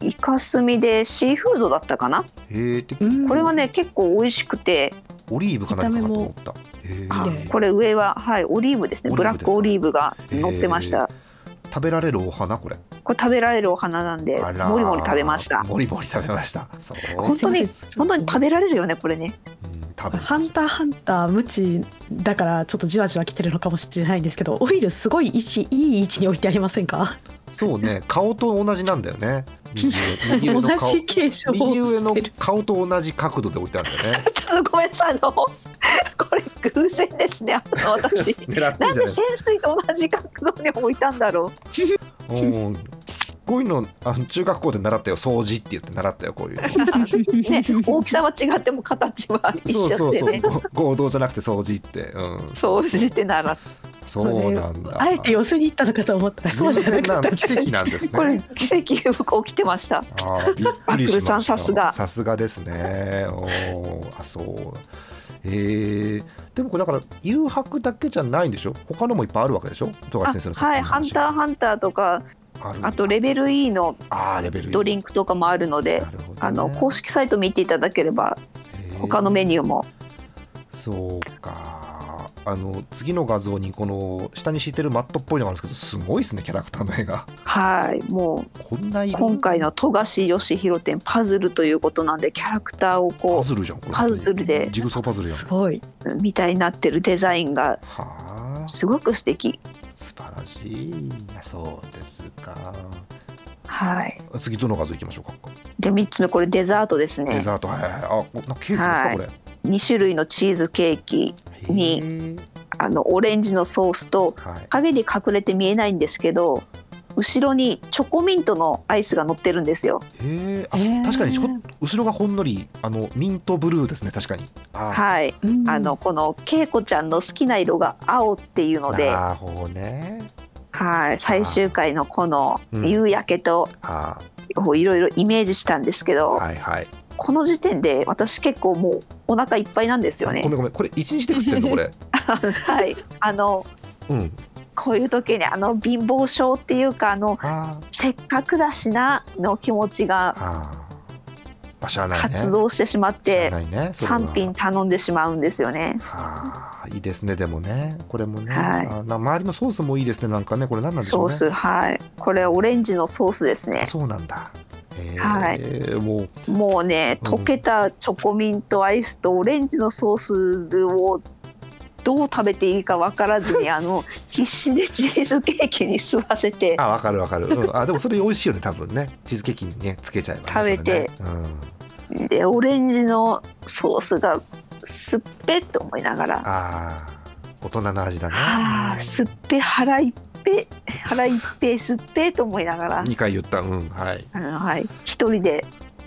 [SPEAKER 2] イカスミでシーフードだったかな
[SPEAKER 1] ええで
[SPEAKER 3] うん
[SPEAKER 2] これはね結構美味しくて
[SPEAKER 1] オリーブか何かかと思ったへえ
[SPEAKER 3] あ綺麗
[SPEAKER 2] これ上ははいオリーブですね
[SPEAKER 1] オリーブですか
[SPEAKER 2] ブラックオリーブが乗ってました
[SPEAKER 1] 食べられるお花これ
[SPEAKER 2] これ食べられるお花なんで
[SPEAKER 1] あらー
[SPEAKER 2] もりもり食べました
[SPEAKER 1] もりもり食べましたそう、
[SPEAKER 2] 本当に
[SPEAKER 3] すいません
[SPEAKER 2] 本当に食べられるよねこれね
[SPEAKER 1] うん、食べ
[SPEAKER 3] ハンターハンター無知だからちょっとじわじわ来てるのかもしれないんですけどオイルすごい位置いい位置に置いてありませんか
[SPEAKER 1] そうね顔と同じなんだよ ね右上右
[SPEAKER 3] 同
[SPEAKER 1] 上の顔
[SPEAKER 3] じ形状を
[SPEAKER 1] 右上
[SPEAKER 3] し
[SPEAKER 1] の
[SPEAKER 3] てる
[SPEAKER 1] 顔と同じ角度で置いてあるんだよね
[SPEAKER 2] ちょっとごめんなさいあの これ偶然ですねあの 私
[SPEAKER 1] 狙って
[SPEAKER 2] なんん
[SPEAKER 1] じゃ
[SPEAKER 2] で
[SPEAKER 1] ない
[SPEAKER 2] 潜水と同じ角度に置いたんだろう
[SPEAKER 1] うんこういうのあの中学校で習ったよ掃除って言って習ったよこういうの
[SPEAKER 2] ね大きさは違っても形は一
[SPEAKER 1] そうそ
[SPEAKER 2] 緒
[SPEAKER 1] う
[SPEAKER 2] で
[SPEAKER 1] そう、
[SPEAKER 2] ね
[SPEAKER 1] ご合同じゃなくて掃除ってうん
[SPEAKER 2] そうしてなら
[SPEAKER 1] そうなんだ
[SPEAKER 3] あえて寄せに行ったのかと思っ たらそうじゃな
[SPEAKER 1] 偶然
[SPEAKER 3] か
[SPEAKER 1] な
[SPEAKER 3] っ
[SPEAKER 1] ん
[SPEAKER 3] た
[SPEAKER 1] だ奇跡なんですね
[SPEAKER 2] これ奇跡僕起きてました
[SPEAKER 1] あーびっくりしました。
[SPEAKER 2] アックルさんさすが
[SPEAKER 1] さすがですね。おーあ、そう。えー、でもこれだから誘白だけじゃないんでしょ他のもいっぱいあるわけでしょ富
[SPEAKER 2] あ
[SPEAKER 1] 樫先生の
[SPEAKER 2] はい「ハンターハンター」とか
[SPEAKER 1] ーある
[SPEAKER 2] あとレベル E の
[SPEAKER 1] あーレベル
[SPEAKER 2] ドリン
[SPEAKER 1] ク
[SPEAKER 2] クとかもあるので
[SPEAKER 1] なるほどね、
[SPEAKER 2] あの公式サイト見ていただければ他のメニューも
[SPEAKER 1] ーそうかあの次の画像にこの下に敷いてるマットっぽいのがあるんですけどすごいですねキャラクターの絵が
[SPEAKER 2] はいも
[SPEAKER 1] こんな
[SPEAKER 2] う
[SPEAKER 1] 色
[SPEAKER 2] 今回の富樫義弘展パズルということなんでキャラクターを
[SPEAKER 1] パ
[SPEAKER 2] こ
[SPEAKER 1] ズルじゃんこれ
[SPEAKER 2] パズルで
[SPEAKER 1] ジグソーパズルやん
[SPEAKER 3] すごい。
[SPEAKER 2] うみたいになってるデザインが
[SPEAKER 1] はあ
[SPEAKER 2] すごく素敵
[SPEAKER 1] 素晴らしいあそうですか
[SPEAKER 2] はい
[SPEAKER 1] 次どの画像いきましょうか
[SPEAKER 2] で3つ目これデザートです
[SPEAKER 1] デ
[SPEAKER 2] ね
[SPEAKER 1] ザートはいはいはいあこんなケーキですか、
[SPEAKER 2] はい
[SPEAKER 1] これ
[SPEAKER 2] 2種類のチーズケーキに
[SPEAKER 1] へー
[SPEAKER 2] あのオレンジのソースと
[SPEAKER 1] はい
[SPEAKER 2] 影に隠れて見えないんですけど後ろにチョコミントのアイスが乗ってるんですよ
[SPEAKER 1] へーあ
[SPEAKER 3] へー
[SPEAKER 1] 確かにちょ後ろがほんのりあのミントブルーですね確かにあ
[SPEAKER 2] はい
[SPEAKER 3] うん
[SPEAKER 2] あのこの恵子ちゃんの好きな色が青っていうので、
[SPEAKER 1] なるほどね
[SPEAKER 2] はい、最終回のこの
[SPEAKER 1] うん
[SPEAKER 2] 夕焼けと
[SPEAKER 1] あ
[SPEAKER 2] こういろいろイメージしたんですけど、
[SPEAKER 1] はいはい、
[SPEAKER 2] この時点で私結構もうお腹いっぱいなんですよね
[SPEAKER 1] ご。めんごめんこれ一日で食ってんのこ れ
[SPEAKER 2] はい、あの
[SPEAKER 1] うん
[SPEAKER 2] こういう時にあの貧乏症っていうかあの
[SPEAKER 1] あ
[SPEAKER 2] せっかくだしなの気持ち
[SPEAKER 1] ー
[SPEAKER 2] が
[SPEAKER 1] あーまあしゃあないね
[SPEAKER 2] 活動してしまっ
[SPEAKER 1] しゃあ
[SPEAKER 2] て
[SPEAKER 1] ないねそれは
[SPEAKER 2] 3品頼んでしまうんですよね。
[SPEAKER 1] はあいいですねでもねこれもね、
[SPEAKER 2] はい
[SPEAKER 1] あな周りのソースもいいですねなんかねこれ何なんでしょ
[SPEAKER 2] ソ
[SPEAKER 1] うね
[SPEAKER 2] ースはいこれオレンジのソースですね
[SPEAKER 1] そうなんだへー
[SPEAKER 2] はい
[SPEAKER 1] もう
[SPEAKER 2] もうね
[SPEAKER 1] うん
[SPEAKER 2] 溶けたチョコミントアイスとオレンジのソースをどう食べていいか分からずにあの必死でチーズケーキに吸わせて
[SPEAKER 1] あ、わかるわかる。うん、あ、でもそれ美味しいよね、多分ね。チーズケーキにね、つけちゃえば、ね。
[SPEAKER 2] 食べて
[SPEAKER 1] それねうん。
[SPEAKER 2] でオレンジのソースがすっぺと思いながら
[SPEAKER 1] ああ、大人の味だね。
[SPEAKER 2] はあすっぺ腹いっぺ腹いっぺすっぺと思いながら
[SPEAKER 1] 二回言った、うん、はい。
[SPEAKER 2] あの、はい、一人で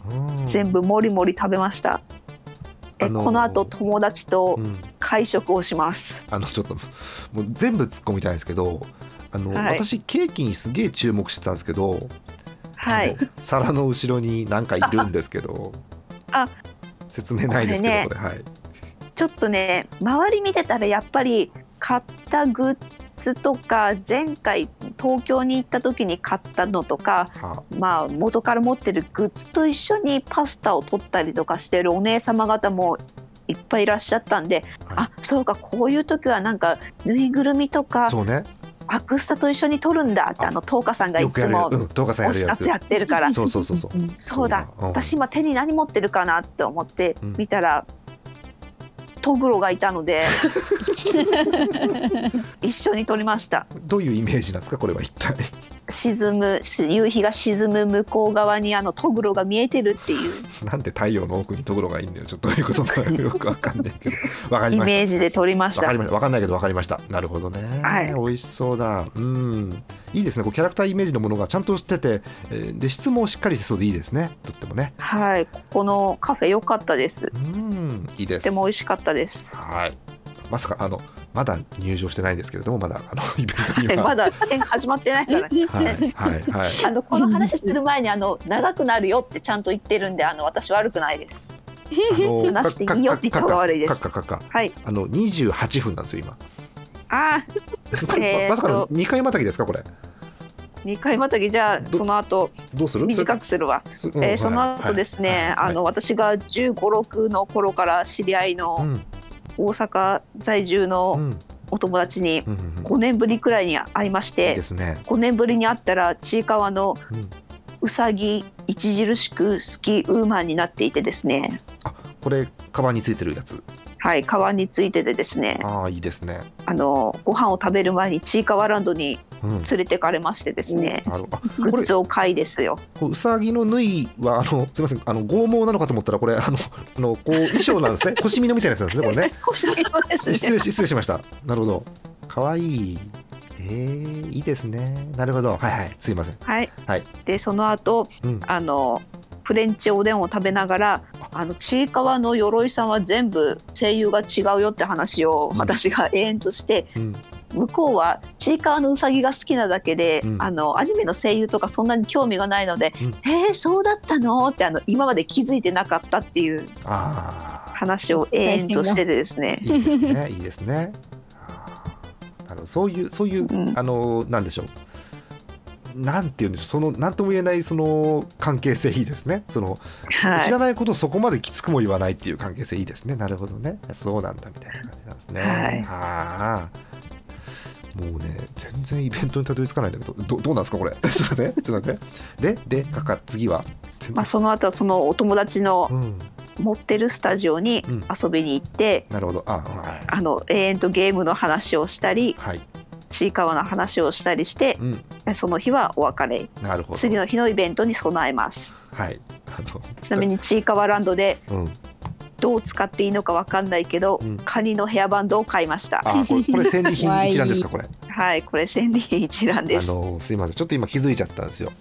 [SPEAKER 1] うん
[SPEAKER 2] 全。部もりもり食べました。え
[SPEAKER 1] あのー
[SPEAKER 2] この後友達と
[SPEAKER 1] うん、
[SPEAKER 2] 会食をします。
[SPEAKER 1] あの、ちょっと、もう全部突っ込みたいんですけど。あの、
[SPEAKER 2] はい
[SPEAKER 1] 私ケーキにすげえ注目してたんですけど。
[SPEAKER 2] は
[SPEAKER 1] あ
[SPEAKER 2] い。
[SPEAKER 1] の。皿の後ろになんかいるんですけど。
[SPEAKER 2] あ。
[SPEAKER 1] 説明ないですけど、これ,、
[SPEAKER 2] こ
[SPEAKER 1] はい。
[SPEAKER 2] ちょっとね周り見てたらやっぱり買ったグッズとか前回東京に行った時に買ったのとか、
[SPEAKER 1] は
[SPEAKER 2] まあ、元から持ってるグッズと一緒にパスタを取ったりとかしてるお姉様方もいっぱいいらっしゃったんで、
[SPEAKER 1] はい
[SPEAKER 2] あそうかこういう時はなんかぬいぐるみとか
[SPEAKER 1] そうね。
[SPEAKER 2] アクスタと一緒に取るんだってあの東花さんが
[SPEAKER 1] よ
[SPEAKER 2] い
[SPEAKER 1] く
[SPEAKER 2] つ
[SPEAKER 1] やる
[SPEAKER 2] も。
[SPEAKER 1] よ。うん、東華さんや
[SPEAKER 2] 推
[SPEAKER 1] る
[SPEAKER 2] し
[SPEAKER 1] や
[SPEAKER 2] 活やってるから
[SPEAKER 1] つ。そうそうそうそう。
[SPEAKER 2] そ
[SPEAKER 3] ん
[SPEAKER 2] うだ、
[SPEAKER 1] そうだうん
[SPEAKER 2] 私今手に何持ってるかなって思って
[SPEAKER 1] うん
[SPEAKER 2] 見たら、トグロがいた ので一緒に撮りました
[SPEAKER 1] どういうイメージなんですか、これは一体。
[SPEAKER 2] 沈むし夕日が沈む向こう側にあのトグロが見えてるっていう
[SPEAKER 1] なんで太陽の奥にところがいいんだよ。ちょっとどういうことなのかよくわかんないけど。わかり
[SPEAKER 2] イ
[SPEAKER 1] まし。
[SPEAKER 2] メージで撮りまし
[SPEAKER 1] わ
[SPEAKER 2] た
[SPEAKER 1] か
[SPEAKER 2] た
[SPEAKER 1] りました。わかんないけどわかりました。なるほどね。
[SPEAKER 2] はい
[SPEAKER 1] 美味しそうだ。うん。いいですね。こうキャラクターイメージのものがちゃんとしてて、えーで質問をしっかりしてそうでいいですね。とってもね。
[SPEAKER 2] はいここのカフェ良かったです
[SPEAKER 1] うん。いいです。
[SPEAKER 2] とても美味しかったです
[SPEAKER 1] はい。まさかあのまだ入場してないんですけれどもまだあの イベントに
[SPEAKER 2] え
[SPEAKER 1] は
[SPEAKER 2] まだ演が始まってないから、ね、
[SPEAKER 1] はいはいはい
[SPEAKER 2] あのこの話する前にあの長くなるよってちゃんと言ってるんであの私悪くないです
[SPEAKER 1] あの
[SPEAKER 2] 話していいよって言った方が悪いです
[SPEAKER 1] かかかかか
[SPEAKER 2] はい
[SPEAKER 1] あの二十八分なんですよ今。
[SPEAKER 2] あ
[SPEAKER 1] これ
[SPEAKER 2] えー と
[SPEAKER 1] まさかの二回またぎですかこれ。
[SPEAKER 2] ー二回またぎじゃあその後
[SPEAKER 1] どうする？
[SPEAKER 2] 短くするわ
[SPEAKER 1] それ。
[SPEAKER 2] えーその後ですね、あの私が1 5 6の頃から知り合い
[SPEAKER 1] うん
[SPEAKER 2] の大阪在
[SPEAKER 1] は
[SPEAKER 2] 住
[SPEAKER 1] いはい
[SPEAKER 2] の
[SPEAKER 1] うん
[SPEAKER 2] お友達に
[SPEAKER 1] うんうんうん
[SPEAKER 2] 5年ぶりくらいに会いまし
[SPEAKER 1] いい
[SPEAKER 2] て
[SPEAKER 1] ですね。
[SPEAKER 2] 5年ぶりに会ったらちいかわの
[SPEAKER 1] うん
[SPEAKER 2] うさぎ著しく好きウーマンになっていてですね
[SPEAKER 1] あこれカバンについてるやつ。
[SPEAKER 2] はい皮についててですね
[SPEAKER 1] ああいいですね。
[SPEAKER 2] あのご飯を食べる前にちいかわランドに
[SPEAKER 1] うん。
[SPEAKER 2] 連れてかれましてですね、
[SPEAKER 1] あのあ
[SPEAKER 2] グ
[SPEAKER 1] これ
[SPEAKER 2] ッズを買いです よ
[SPEAKER 1] こううさぎの縫いはあのすみませんあの剛毛なのかと思ったらこれあのあのこう衣装なんで すね腰身のみたいなやつなんですねこれね
[SPEAKER 2] おすぎのです
[SPEAKER 1] 失
[SPEAKER 2] ね
[SPEAKER 1] 礼し失礼しましたなるほど可愛いえー、いいですねなるほどはいはいすいません
[SPEAKER 2] はい、
[SPEAKER 1] はい
[SPEAKER 2] でその後
[SPEAKER 1] うん
[SPEAKER 2] あのフレンチおでんを食べながらあのちいかわの鎧さんは全部声優が違うよって話を
[SPEAKER 1] うん
[SPEAKER 2] 私が永遠として、
[SPEAKER 1] うん
[SPEAKER 2] 向こうはちいかわのうさぎが好きなだけで、
[SPEAKER 1] うん
[SPEAKER 2] あのアニメの声優とかそんなに興味がないので
[SPEAKER 1] うん
[SPEAKER 2] 「えー、そうだったの?」ってあの今まで気づいてなかったっていう
[SPEAKER 1] あ
[SPEAKER 2] 話を永遠としててですね
[SPEAKER 1] あいいです ねいいですねあーなるほどそういうそういう、
[SPEAKER 2] うん
[SPEAKER 1] あのなんでしょうなんて言うんでしょうそのなんとも言えないその関係性いいですねその
[SPEAKER 2] は
[SPEAKER 1] 知
[SPEAKER 2] い
[SPEAKER 1] らないことをそこまできつくも言わないっていう関係性いいですねなるほどねそうなんだみたいな感じなんですね
[SPEAKER 2] はい
[SPEAKER 1] はあもうね全然イベントにたどり着かないんだけどどどうなんですかこれ ちょっと待ってちょっと待ってででかか次は全然
[SPEAKER 2] まあ、その後はそのお友達の
[SPEAKER 1] うん
[SPEAKER 2] 持ってるスタジオに
[SPEAKER 1] うん
[SPEAKER 2] 遊びに行って、
[SPEAKER 1] なるほどあはい
[SPEAKER 2] あの永遠とゲームの話をしたり
[SPEAKER 1] はい
[SPEAKER 2] ちいかわの話をしたりして
[SPEAKER 1] うん
[SPEAKER 2] その日はお別れ
[SPEAKER 1] なるほど
[SPEAKER 2] 次の日のイベントに備えます
[SPEAKER 1] はいあの
[SPEAKER 2] ちなみにちいかわランドで
[SPEAKER 1] うん
[SPEAKER 2] どう使っていいのかわかんないけど、
[SPEAKER 1] うん
[SPEAKER 2] カニのヘアバンドを買いました
[SPEAKER 1] あこれこれ戦利品一覧ですかこれ
[SPEAKER 2] はいこれ千里一覧で
[SPEAKER 1] あ
[SPEAKER 2] す
[SPEAKER 1] のすいませんちょっと今気づいちゃったんですよ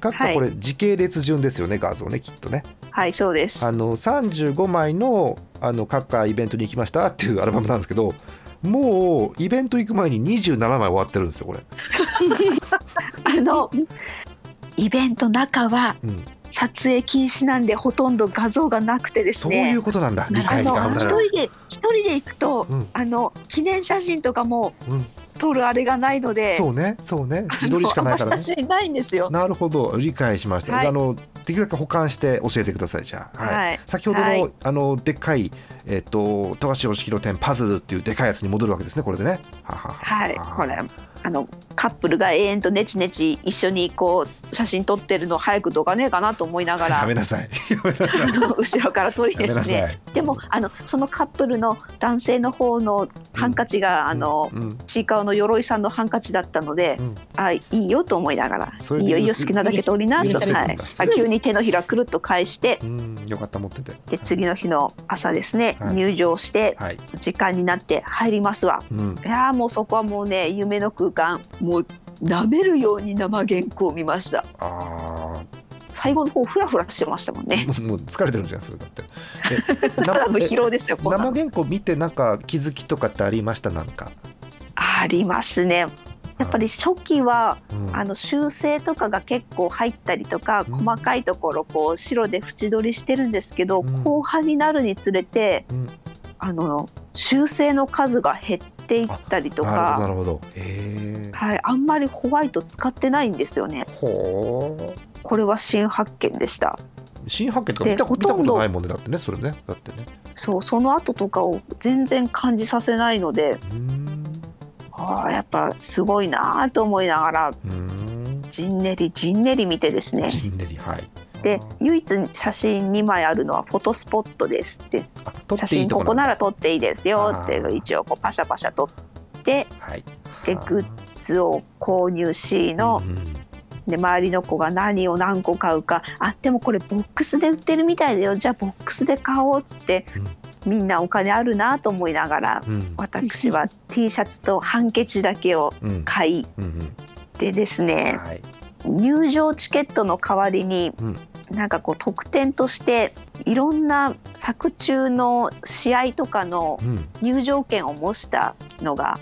[SPEAKER 1] かっこ
[SPEAKER 2] はい
[SPEAKER 1] これ時系列順ですよね画像ねきっとね
[SPEAKER 2] はいそうです
[SPEAKER 1] あの35枚のあの各家イベントに行きましたっていうアルバムなんですけどもうイベント行く前に27枚終わってるんですよこれ、
[SPEAKER 2] あのイベント中は
[SPEAKER 1] うん、
[SPEAKER 2] 撮影禁止なんでほとんど画像がなくてです
[SPEAKER 1] そ
[SPEAKER 2] ね
[SPEAKER 1] ういうことなんだ、理
[SPEAKER 2] あ
[SPEAKER 1] 解が
[SPEAKER 2] の
[SPEAKER 1] 危
[SPEAKER 2] 一
[SPEAKER 1] ない、
[SPEAKER 2] 人で一人で行くと、
[SPEAKER 1] うん
[SPEAKER 2] あの記念写真とかも
[SPEAKER 1] うん、
[SPEAKER 2] 撮るあれがないので、
[SPEAKER 1] そうねそうね自撮りしかないから
[SPEAKER 2] あのあんま
[SPEAKER 1] ね
[SPEAKER 2] 写真ないんですよ。
[SPEAKER 1] なるほど理解しました、
[SPEAKER 2] はい
[SPEAKER 1] あのできるだけ保管して教えてくださいじゃあ、はい
[SPEAKER 2] はい
[SPEAKER 1] 先ほどの,、
[SPEAKER 2] はい
[SPEAKER 1] あのでっかいえっ、と富樫義弘店パズルっていうでかいやつに戻るわけですねこれでねははは
[SPEAKER 2] はい、
[SPEAKER 1] あー
[SPEAKER 2] ほらあのカップルが永遠とネチネチ一緒にこう写真撮ってるの早くどかねえかなと思いなが ら
[SPEAKER 1] や
[SPEAKER 2] あ
[SPEAKER 1] めなさいやめな さい
[SPEAKER 2] の後ろから撮り
[SPEAKER 1] や
[SPEAKER 2] で
[SPEAKER 1] めな
[SPEAKER 2] す
[SPEAKER 1] さ
[SPEAKER 2] ね。
[SPEAKER 1] い
[SPEAKER 2] でもあのそのカップルの男性の方のハンカチが、あの。
[SPEAKER 1] うんうん
[SPEAKER 2] ちいかわの鎧さんのハンカチだったので、
[SPEAKER 1] うん
[SPEAKER 2] あいいよと思いながら
[SPEAKER 1] それ
[SPEAKER 2] い
[SPEAKER 1] で
[SPEAKER 2] いよいいよ
[SPEAKER 1] 許す
[SPEAKER 2] 好きなだけ撮りなと、
[SPEAKER 1] 許せるんだ
[SPEAKER 2] はい、あ急に手のひらくるっと返して
[SPEAKER 1] うん、よかった持ってて。
[SPEAKER 2] で次の日の朝ですね、
[SPEAKER 1] はい
[SPEAKER 2] 入場して
[SPEAKER 1] はい。
[SPEAKER 2] 時間になって入りますわ
[SPEAKER 1] うん。
[SPEAKER 2] いやーもうそこはもうね夢の空間もう舐めるように生原稿を見ました
[SPEAKER 1] ああ、
[SPEAKER 2] 最後の方フラフラしてましたもんね
[SPEAKER 1] もう もう疲れてるんじゃないそれだって。え
[SPEAKER 2] ただ
[SPEAKER 1] な
[SPEAKER 2] の疲労ですよ
[SPEAKER 1] え
[SPEAKER 2] こんな
[SPEAKER 1] 生
[SPEAKER 2] の
[SPEAKER 1] 原稿見てなんか気づきとかってありましたなんか。
[SPEAKER 2] ありますねやっぱり初期は
[SPEAKER 1] うん、
[SPEAKER 2] あの修正とかが結構入ったりとか
[SPEAKER 1] うん
[SPEAKER 2] 細かいところこう白で縁取りしてるんですけど
[SPEAKER 1] うん
[SPEAKER 2] 後半になるにつれて
[SPEAKER 1] うん
[SPEAKER 2] あの修正の数が減っていったりとか
[SPEAKER 1] なるほどなるほど。ええ
[SPEAKER 2] はい、あんまりホワイト使ってないんですよね。
[SPEAKER 1] ほう。
[SPEAKER 2] これは新発見でした。
[SPEAKER 1] 新発見とか見たこ
[SPEAKER 2] でほ
[SPEAKER 1] 見た
[SPEAKER 2] と
[SPEAKER 1] こ
[SPEAKER 2] んど
[SPEAKER 1] とないもんねだってねそれねだってね。
[SPEAKER 2] そう、その後とかを全然感じさせないので、
[SPEAKER 1] うーん。
[SPEAKER 2] ああ、やっぱすごいなあと思いながら、
[SPEAKER 1] うーん。
[SPEAKER 2] じんねりじんねり見てですね。
[SPEAKER 1] ジンネリはい。
[SPEAKER 2] で、唯一写真2枚あるのはフォトスポットですって、
[SPEAKER 1] あ撮っ
[SPEAKER 2] 写
[SPEAKER 1] ていい
[SPEAKER 2] 真
[SPEAKER 1] と
[SPEAKER 2] こ
[SPEAKER 1] こ
[SPEAKER 2] こな
[SPEAKER 1] ら。
[SPEAKER 2] ら撮っていいですよって
[SPEAKER 1] あー、
[SPEAKER 2] 一応こうパシャパシャ撮って、
[SPEAKER 1] はい。
[SPEAKER 2] でグッ図を購入しの、
[SPEAKER 1] うんうん
[SPEAKER 2] で周りの子が何を何個買うかあでもこれボックスで売ってるみたいだよじゃあボックスで買おうっつって、みんなお金あるなと思いながら
[SPEAKER 1] うん
[SPEAKER 2] 私 は T シャツとハンケチだけを
[SPEAKER 1] うん
[SPEAKER 2] 買い
[SPEAKER 1] うん
[SPEAKER 2] でです
[SPEAKER 1] うん。
[SPEAKER 2] ね
[SPEAKER 1] はい。
[SPEAKER 2] 入場チケットの代わりに、
[SPEAKER 1] うん
[SPEAKER 2] なんかこう特典としていろんな作中の試合とかの
[SPEAKER 1] うん。
[SPEAKER 2] 入場券を模したのが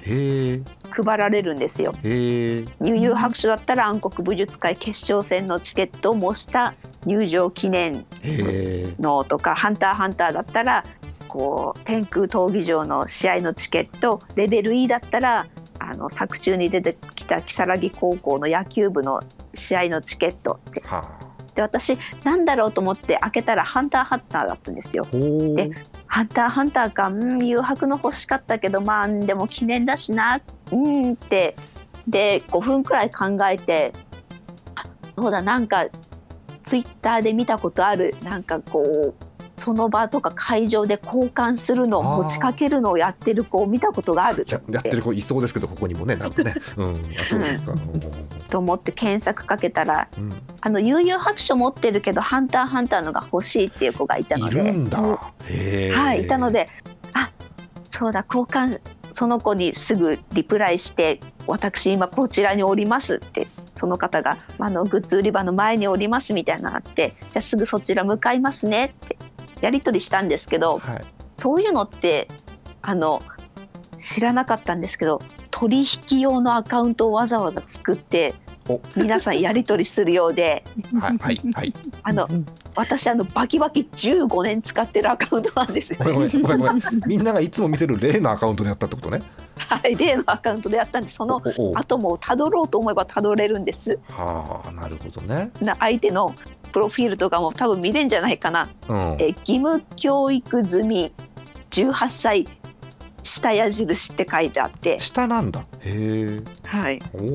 [SPEAKER 1] へえ
[SPEAKER 2] 配られるんですよ。
[SPEAKER 1] へえ
[SPEAKER 2] 悠々白書だったら暗黒武術会決勝戦のチケットを模した入場記念
[SPEAKER 1] へえ
[SPEAKER 2] のとか「ハンターハンター」だったらこう天空闘技場の試合のチケットレベル E だったらあの作中に出てきた如月高校の野球部の試合のチケットって
[SPEAKER 1] はあ
[SPEAKER 2] で私なんだろうと思って開けたら「ハンターハンター」だったんですよ。
[SPEAKER 1] ほう
[SPEAKER 2] えハンターハンターか、うん、誘白の欲しかったけど、まあ、でも記念だしな、うんって、で、5分くらい考えて、あそうだ、なんか、ツイッターで見たことある、なんかこう、その場とか会場で交換するの、
[SPEAKER 1] あー
[SPEAKER 2] 持ちかけるのをやってる子を見たことがある
[SPEAKER 1] ややってる子いそうですけどここにもねなん かねうんあそうですか、う
[SPEAKER 2] と思って検索かけたら、
[SPEAKER 1] んうん
[SPEAKER 2] あの、悠々白書持ってるけど、ハンターハンターのが欲しいっていう子がいたの
[SPEAKER 1] い
[SPEAKER 2] で。
[SPEAKER 1] るんだへえ
[SPEAKER 2] はい、いたので、あそうだ、交換、その子にすぐリプライして、私、今、こちらにおりますって、その方が、あの、グッズ売り場の前におりますみたいなのがあって、じゃあすぐそちら向かいますねって、やり取りしたんですけど、
[SPEAKER 1] はい
[SPEAKER 2] そういうのって、あの、知らなかったんですけど、取引用のアカウントをわざわざ作って
[SPEAKER 1] お、
[SPEAKER 2] 皆さんやり取りするようで、
[SPEAKER 1] はいはいはい
[SPEAKER 2] あの、
[SPEAKER 3] うん
[SPEAKER 2] 私、あの、バキバキ15年使ってるアカウントなんですよ
[SPEAKER 1] ご。めんごめんごめんごめんみんながいつも見てる例のアカウントでやったってことね
[SPEAKER 2] はい、例のアカウントでやったんでその
[SPEAKER 1] おお
[SPEAKER 2] 後もたどろうと思えばたどれるんです
[SPEAKER 1] はあなるほどね
[SPEAKER 2] な相手のプロフィールとかも多分見れんじゃないかな
[SPEAKER 1] うん
[SPEAKER 2] え義務教育済み18歳下矢印って書いてあって
[SPEAKER 1] 下なんだへえ
[SPEAKER 2] はい
[SPEAKER 1] おお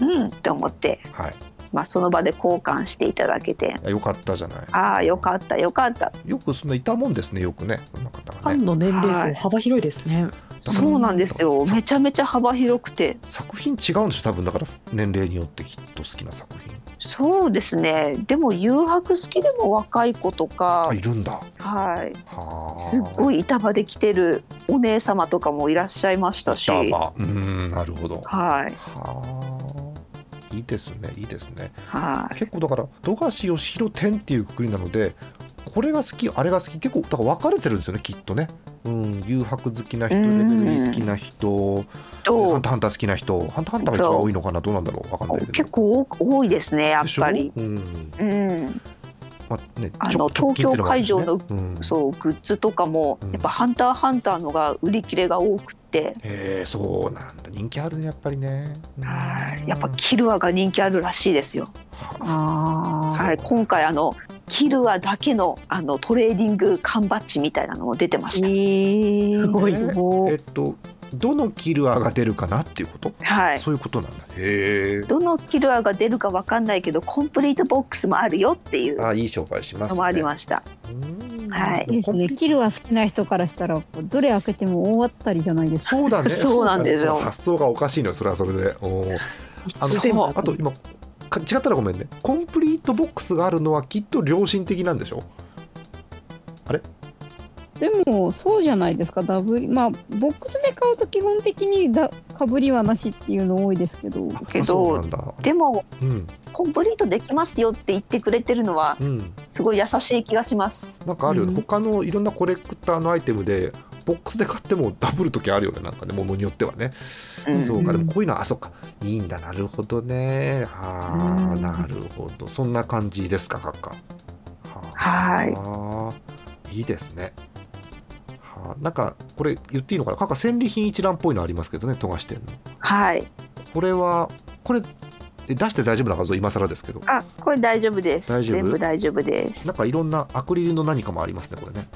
[SPEAKER 2] うんって思って、
[SPEAKER 1] はい
[SPEAKER 2] まあ、その場で交換していただけて
[SPEAKER 1] あよかったじゃない
[SPEAKER 2] ああよ
[SPEAKER 1] っ
[SPEAKER 2] かったよかった
[SPEAKER 1] たよくそんないたもんですねよくねそんな方
[SPEAKER 3] フ
[SPEAKER 1] が
[SPEAKER 3] ァ
[SPEAKER 1] ね
[SPEAKER 3] ンの年齢
[SPEAKER 2] はい
[SPEAKER 3] 層幅広いですね。
[SPEAKER 2] そうなんですよ
[SPEAKER 1] さ
[SPEAKER 2] めちゃめちゃ幅広くて
[SPEAKER 1] 作品違うんでしょ多分だから年齢によってきっと好きな作品
[SPEAKER 2] そうですねでも誘白好きでも若い子とか
[SPEAKER 1] あいるんだ
[SPEAKER 2] はい
[SPEAKER 1] はあ
[SPEAKER 2] すっご
[SPEAKER 1] い
[SPEAKER 2] い板場で来てるお姉様とかもいらっしゃいましたし、は
[SPEAKER 1] うーんなるほど
[SPEAKER 2] い
[SPEAKER 1] はあいいですねいいですね
[SPEAKER 2] はい
[SPEAKER 1] 結構だから富樫義弘展っていうくくりなのでこれが好きあれが好き結構だから分かれてるんですよねきっとねうん誘白好きな人レ
[SPEAKER 2] う
[SPEAKER 1] ベ
[SPEAKER 2] ん
[SPEAKER 1] ル E 好きな人ハ
[SPEAKER 2] と
[SPEAKER 1] ンターハンター好きな人ハンターハンターが一番多いのかなどうなんだろう分かんないけど
[SPEAKER 2] 結構多多いですねやっ
[SPEAKER 1] でしょ
[SPEAKER 2] ぱり。
[SPEAKER 1] うん
[SPEAKER 2] うん、
[SPEAKER 1] まあね、
[SPEAKER 2] あの
[SPEAKER 1] ちょ直近ってのもあるしね
[SPEAKER 2] 東京
[SPEAKER 1] うん
[SPEAKER 2] そうグッズとかも
[SPEAKER 1] うん
[SPEAKER 2] やっぱ「ハンターハンター」のが売り切れが多くて、
[SPEAKER 1] へえそうなんだ人気あるねやっぱりねうん
[SPEAKER 2] はいやっぱキルアが人気あるらしいですよ。
[SPEAKER 4] あ
[SPEAKER 1] そう
[SPEAKER 2] はい、今回あのキルアだけのあのトレーディング缶バッジみたいなのも出てま
[SPEAKER 4] え
[SPEAKER 2] した。
[SPEAKER 4] ー、
[SPEAKER 3] すごい
[SPEAKER 1] え。えっとどのキルアが出るかなっていうこと、
[SPEAKER 2] はい
[SPEAKER 1] そういうことなんだへえ
[SPEAKER 2] どのキルアが出るかわかんないけどコンプリートボックスもあるよっていう
[SPEAKER 1] あいい紹介します、
[SPEAKER 2] の
[SPEAKER 1] ね、
[SPEAKER 2] もありました。
[SPEAKER 1] うん
[SPEAKER 2] はい
[SPEAKER 4] ですね。キルは好きな人からしたら、こうどれ開けても大当たりじゃないですか。
[SPEAKER 1] そうだね
[SPEAKER 2] そうなんですよ
[SPEAKER 1] そうだね発想がおかしいのよそれはそれでおーあ
[SPEAKER 3] 全部
[SPEAKER 1] のあと今か違ったらごめんねコンプリートボックスがあるのはきっと良心的なんでしょ
[SPEAKER 4] でも、そうじゃないですか。ダブり、まあ、ボックスで買うと基本的にだ、かぶりはなしっていうの多いですけど。
[SPEAKER 1] あ
[SPEAKER 2] けど
[SPEAKER 1] そうなんだ
[SPEAKER 2] でも
[SPEAKER 1] うん
[SPEAKER 2] コンプリートできますよって言ってくれてるのは
[SPEAKER 1] うん
[SPEAKER 2] すごい優しい気がします。
[SPEAKER 1] なんかあるよね、
[SPEAKER 3] うん
[SPEAKER 1] 他のいろんなコレクターのアイテムでボックスで買ってもダブる時あるよねなんかねものによってはねそうか、でもこういうのは、あ、そっか、いいんだ、なるほどね。はあ、
[SPEAKER 3] うん
[SPEAKER 1] なるほど、そんな感じですか、閣下。
[SPEAKER 2] はい
[SPEAKER 1] い。いいですね。はあ、なんか、これ言っていいのかな、閣下戦利品一覧っぽいのありますけどね、富樫店の。
[SPEAKER 2] はい。
[SPEAKER 1] これは、これ、え出して大丈夫な画像、今更ですけど。
[SPEAKER 2] あ、これ大丈夫です。
[SPEAKER 1] 大丈夫
[SPEAKER 2] 全部大丈夫です
[SPEAKER 1] な。んかいろんなアクリルの何かもありますね、これね。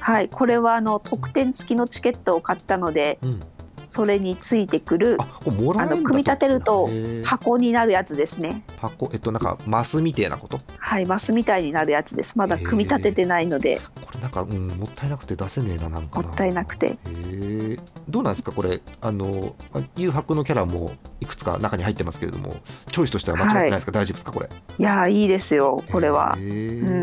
[SPEAKER 2] はい、これはあの特典付きのチケットを買ったので、
[SPEAKER 1] うん、
[SPEAKER 2] それについてくる
[SPEAKER 1] あ、これもらえるんだ
[SPEAKER 2] あの組み立てると
[SPEAKER 1] へえ
[SPEAKER 2] 箱になるやつですね。
[SPEAKER 1] 箱、えっと、なんかマスみてえなこと。
[SPEAKER 2] はい、マスみたいになるやつです。まだ組み立ててないので、
[SPEAKER 1] これなんか、うん、もったいなくて出せねえな、なんか
[SPEAKER 2] もったいなくて。
[SPEAKER 1] へえどうなんですかこれあのまあ誘白のキャラもいくつか中に入ってますけれどもチョイスとしては間違ってないですか、大丈夫ですかこれ
[SPEAKER 2] いやー、いいですよ。これは
[SPEAKER 1] へ。
[SPEAKER 2] う
[SPEAKER 1] え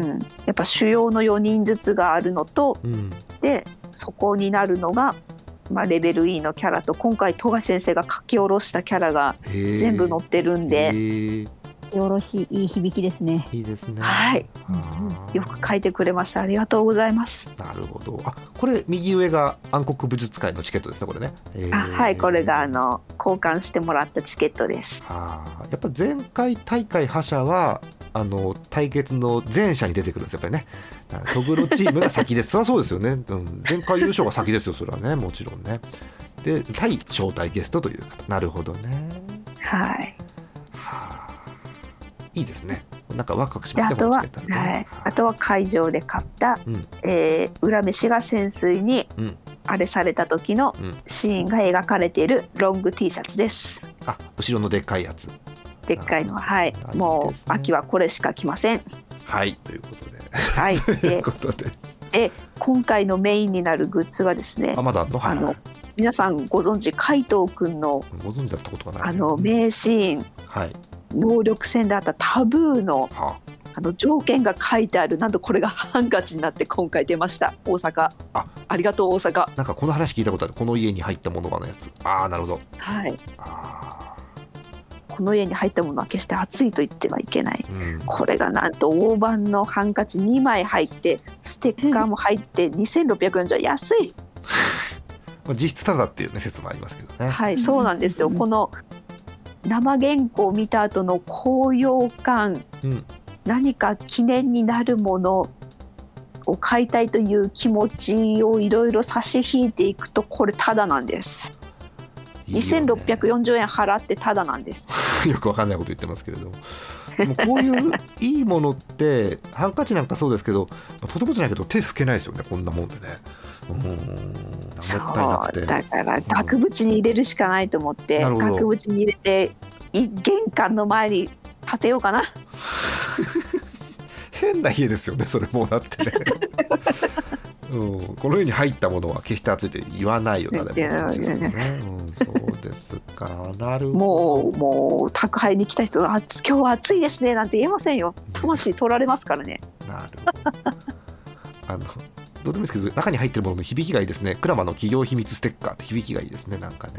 [SPEAKER 2] ん、やっぱ主要の4人ずつがあるのと、
[SPEAKER 1] うん
[SPEAKER 2] でそこになるのが、まあ、レベル E のキャラと今回富樫先生が書き下ろしたキャラが
[SPEAKER 1] へえ
[SPEAKER 2] 全部載ってるんで、
[SPEAKER 1] へえ
[SPEAKER 4] よろしい、いい響きですね。
[SPEAKER 1] いいですね
[SPEAKER 2] はい
[SPEAKER 1] あー
[SPEAKER 2] よく書いてくれましたありがとうございます
[SPEAKER 1] なるほどあこれ右上が暗黒武術会のチケットですねこれね、えー
[SPEAKER 2] あはいこれがあの交換してもらったチケットです
[SPEAKER 1] あーやっぱ前回大会覇者はあの対決の前者に出てくるんですやっぱりねだからトグロチームが先 ですそりゃそうですよね、うん、前回優勝が先ですよそれはねもちろんねで対招待ゲストという方なるほどね
[SPEAKER 2] はい
[SPEAKER 1] はあいいですねなんかワクワクし
[SPEAKER 2] で
[SPEAKER 1] ますね
[SPEAKER 2] あと
[SPEAKER 1] こ
[SPEAKER 2] は、
[SPEAKER 1] のチケット
[SPEAKER 2] はい
[SPEAKER 1] ね、
[SPEAKER 2] あとは会場で買った、
[SPEAKER 1] うん
[SPEAKER 2] えー裏飯が潜水に
[SPEAKER 1] うん
[SPEAKER 2] あれされた時の
[SPEAKER 1] うん
[SPEAKER 2] シーンが描かれているロング T シャツです。
[SPEAKER 1] あ後ろのでっかいやつ
[SPEAKER 2] でっかいのは、はい
[SPEAKER 1] なるほ、ど
[SPEAKER 2] も
[SPEAKER 1] で
[SPEAKER 2] う
[SPEAKER 1] すね
[SPEAKER 2] 秋はこれしか着ません。
[SPEAKER 1] はいということで
[SPEAKER 2] はい、
[SPEAKER 1] という
[SPEAKER 2] で
[SPEAKER 1] ことで
[SPEAKER 2] 今回のメインになるグッズはですね
[SPEAKER 1] あ、まだあんのは
[SPEAKER 2] あ
[SPEAKER 1] い
[SPEAKER 2] の皆さんご存知海藤くんの
[SPEAKER 1] ご存知だったことがない
[SPEAKER 2] あの名シーン
[SPEAKER 1] はい
[SPEAKER 2] 能力戦であったタブーの
[SPEAKER 1] は
[SPEAKER 2] あの条件が書いてあるなんとこれがハンカチになって今回出ました大阪
[SPEAKER 1] あ
[SPEAKER 2] ありがとう大阪
[SPEAKER 1] なんかこの話聞いたことあるこの家に入ったものがのやつああなるほど
[SPEAKER 2] はい
[SPEAKER 1] あ
[SPEAKER 2] この家に入ったものは決して熱いと言ってはいけない
[SPEAKER 1] あうん
[SPEAKER 2] これがなんと大判のハンカチ2枚入ってステッカーも入って2640円安い
[SPEAKER 1] まあ実質ただっていうね説もありますけどね、
[SPEAKER 2] はいそうなんですよこの生原稿を見た後の高揚感
[SPEAKER 1] うん
[SPEAKER 2] 何か記念になるものを買いたいという気持ちをいろいろ差し引いていくとこれタダなんです
[SPEAKER 1] いいよね
[SPEAKER 2] 2640円払ってタダなんです
[SPEAKER 1] よくわかんないこと言ってますけれどもでもこういういいものってハンカチなんかそうですけど、まあとてもじゃないけど手拭けないですよねこんなもんでねうーんも
[SPEAKER 2] そう
[SPEAKER 1] ったいなくて
[SPEAKER 2] だから額縁に入れるしかないと思って、
[SPEAKER 1] なるほど
[SPEAKER 2] 額縁に入れてい玄関の前に立てようかな
[SPEAKER 1] 変な家ですよねそれもうだってね うん、この世に入ったものは決して熱いって言わないよ誰も
[SPEAKER 2] 言ってないよね
[SPEAKER 1] うん、そうですかなるほど
[SPEAKER 2] もうもう宅配に来た人はあ「今日は暑いですね」なんて言えませんよ魂取られますからね
[SPEAKER 1] なるほどあのどうでもいいですけど中に入ってるものの響きがいいですねクラマの企業秘密ステッカーって響きがいいですねなんかね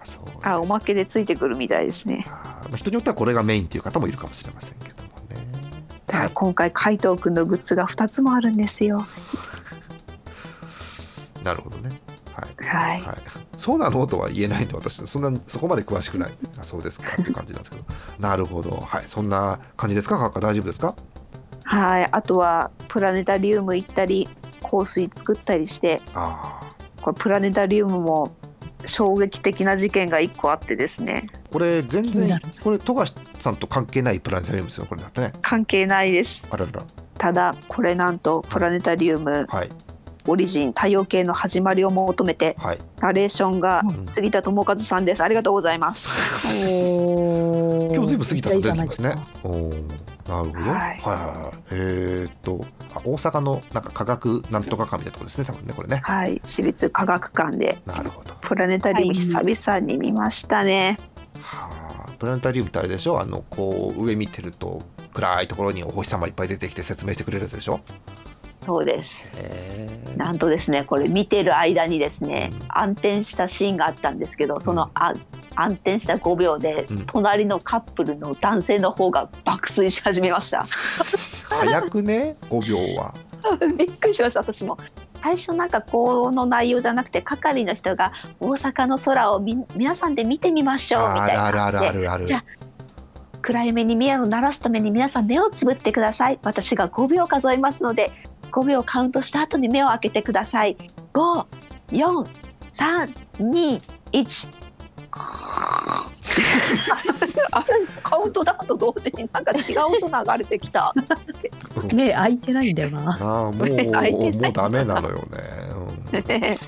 [SPEAKER 1] あそうです
[SPEAKER 2] あおまけでついてくるみたいですね
[SPEAKER 1] あーまあ、人によってはこれがメインっていう方もいるかもしれませんけどもね
[SPEAKER 2] だから今回海藤君のグッズが2つもあるんですよ
[SPEAKER 1] なるほどねはい
[SPEAKER 2] はい
[SPEAKER 1] はい、そうなのとは言えないんで私そんなそこまで詳しくないあそうですかって感じなんですけどなるほどはいそんな感じですか閣下大丈夫ですか
[SPEAKER 2] はいあとはプラネタリウム行ったり香水作ったりして
[SPEAKER 1] ああ
[SPEAKER 2] これプラネタリウムも衝撃的な事件が1個あってですね
[SPEAKER 1] これ全
[SPEAKER 3] 気にな
[SPEAKER 1] 然これ富樫さんと関係ないプラネタリウムですよこれだってね
[SPEAKER 2] 関係ないです
[SPEAKER 1] あららら
[SPEAKER 2] ただこれなんとプラネタリウム
[SPEAKER 1] はい
[SPEAKER 2] オリジン太陽系の始まりを求めて
[SPEAKER 1] はい
[SPEAKER 2] ナレーションが
[SPEAKER 1] うん
[SPEAKER 2] 杉田智和さんですありがとうございます
[SPEAKER 3] おー
[SPEAKER 1] 今日ずいぶん杉田さん出てきます
[SPEAKER 3] めっ
[SPEAKER 1] ね
[SPEAKER 3] ちゃいいじゃない
[SPEAKER 1] お
[SPEAKER 3] で。
[SPEAKER 1] おー、なるほど。はい
[SPEAKER 2] はい
[SPEAKER 1] はいはい。えーっと、あ大阪のなんか科学なんとか館みたいなところですね。多分ねこれね。
[SPEAKER 2] はい私立科学館で
[SPEAKER 1] なるほど。
[SPEAKER 2] プラネタリウム久々に見ましたね、
[SPEAKER 1] はあ。プラネタリウムってあれでしょ。あのこう上見てると暗いところにお星様いっぱい出てきて説明してくれるやつでしょ。
[SPEAKER 2] そうです
[SPEAKER 1] へえ。
[SPEAKER 2] なんとですねこれ見てる間にですね
[SPEAKER 1] うん
[SPEAKER 2] 暗転したシーンがあったんですけどそのあ暗転した5秒で
[SPEAKER 1] うん
[SPEAKER 2] 隣のカップルの男性の方が爆睡し始めました
[SPEAKER 1] 早くね。5秒は。
[SPEAKER 2] びっくりしました私も最初なんかこの内容じゃなくて係の人が大阪の空をみ皆さんで見てみましょうみ
[SPEAKER 1] あ
[SPEAKER 2] たい
[SPEAKER 1] る
[SPEAKER 2] な
[SPEAKER 1] あるあるあるある
[SPEAKER 2] じ。ゃ暗い目に目を鳴らすために皆さん目をつぶってください私が5秒数えますので5秒カウントした後に目を開けてください5431あれカウントダウンと同時になんか違う音流れてきた
[SPEAKER 3] すね。ね開いてないんだよな。
[SPEAKER 1] ああもう
[SPEAKER 2] 開いてない
[SPEAKER 1] もうダメなのよね。
[SPEAKER 2] ね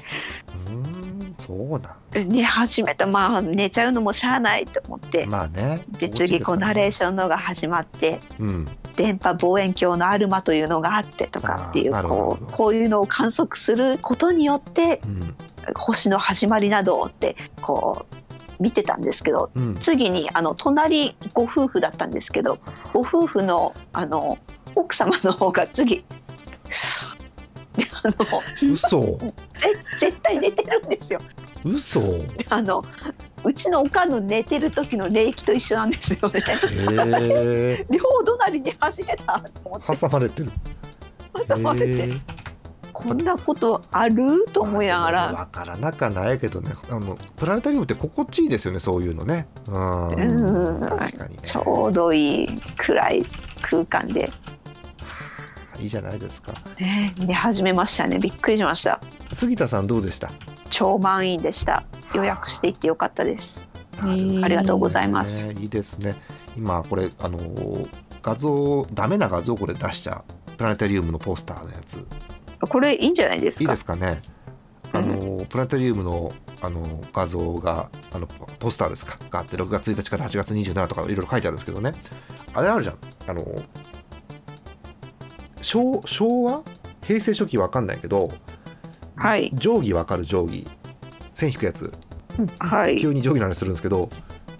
[SPEAKER 1] うん。うーんそうなん。
[SPEAKER 2] 寝始めたまあ寝ちゃうのもしゃあないと思って、
[SPEAKER 1] まあね。
[SPEAKER 2] で次こうナレーションのが始まって
[SPEAKER 1] ョン。うん。
[SPEAKER 2] 電波望遠鏡のアルマというのがあってとかってい
[SPEAKER 1] あーな
[SPEAKER 2] う
[SPEAKER 1] るほど
[SPEAKER 2] こ
[SPEAKER 1] なる
[SPEAKER 2] う
[SPEAKER 1] ほど
[SPEAKER 2] こういうのを観測することによって
[SPEAKER 1] うん。
[SPEAKER 2] 星の始まりなどをってこう見てたんですけど
[SPEAKER 1] うん。
[SPEAKER 2] 次にあの隣ご夫婦だったんですけどご夫婦のあの奥様の方が次 あの
[SPEAKER 1] 嘘。
[SPEAKER 2] ぜ絶対寝てるんですよ。
[SPEAKER 1] 嘘。
[SPEAKER 2] あのうちのおかんの寝てる時の霊気と一緒なんですよね
[SPEAKER 1] へえ
[SPEAKER 2] 両隣に始めたと思って
[SPEAKER 1] 挟まれてる
[SPEAKER 2] 挟まれ
[SPEAKER 1] へ
[SPEAKER 2] て
[SPEAKER 1] え
[SPEAKER 2] こんなことあると思いなが
[SPEAKER 1] ま
[SPEAKER 2] ら
[SPEAKER 1] あでもわからなかないけどねあのプラネタリウムって心地いいですよねそういうのねうん
[SPEAKER 2] うん
[SPEAKER 1] 確かにね
[SPEAKER 2] ちょうどいい暗い空間で、
[SPEAKER 1] いいじゃないですか
[SPEAKER 2] ね、寝始めましたねびっくりしました
[SPEAKER 1] 杉田さんどうでした
[SPEAKER 2] 超満員でした予約していってよかったです
[SPEAKER 1] なるほどね
[SPEAKER 2] ありがとうございます
[SPEAKER 1] いいですね今これあのー画像ダメな画像これ出しちゃうプラネタリウムのポスターのやつ
[SPEAKER 2] これいいんじゃないです
[SPEAKER 1] いい
[SPEAKER 2] か
[SPEAKER 1] ですかねあの、プラネタリウムのあの画像があのポスターですかがあって6月1日から8月27とかいろいろ書いてあるんですけどねあれあるじゃんあの昭昭和平成初期わかんないけど
[SPEAKER 2] はい
[SPEAKER 1] 定規わかる定規線引くやつ
[SPEAKER 2] はい
[SPEAKER 1] 急に定規の話するんですけど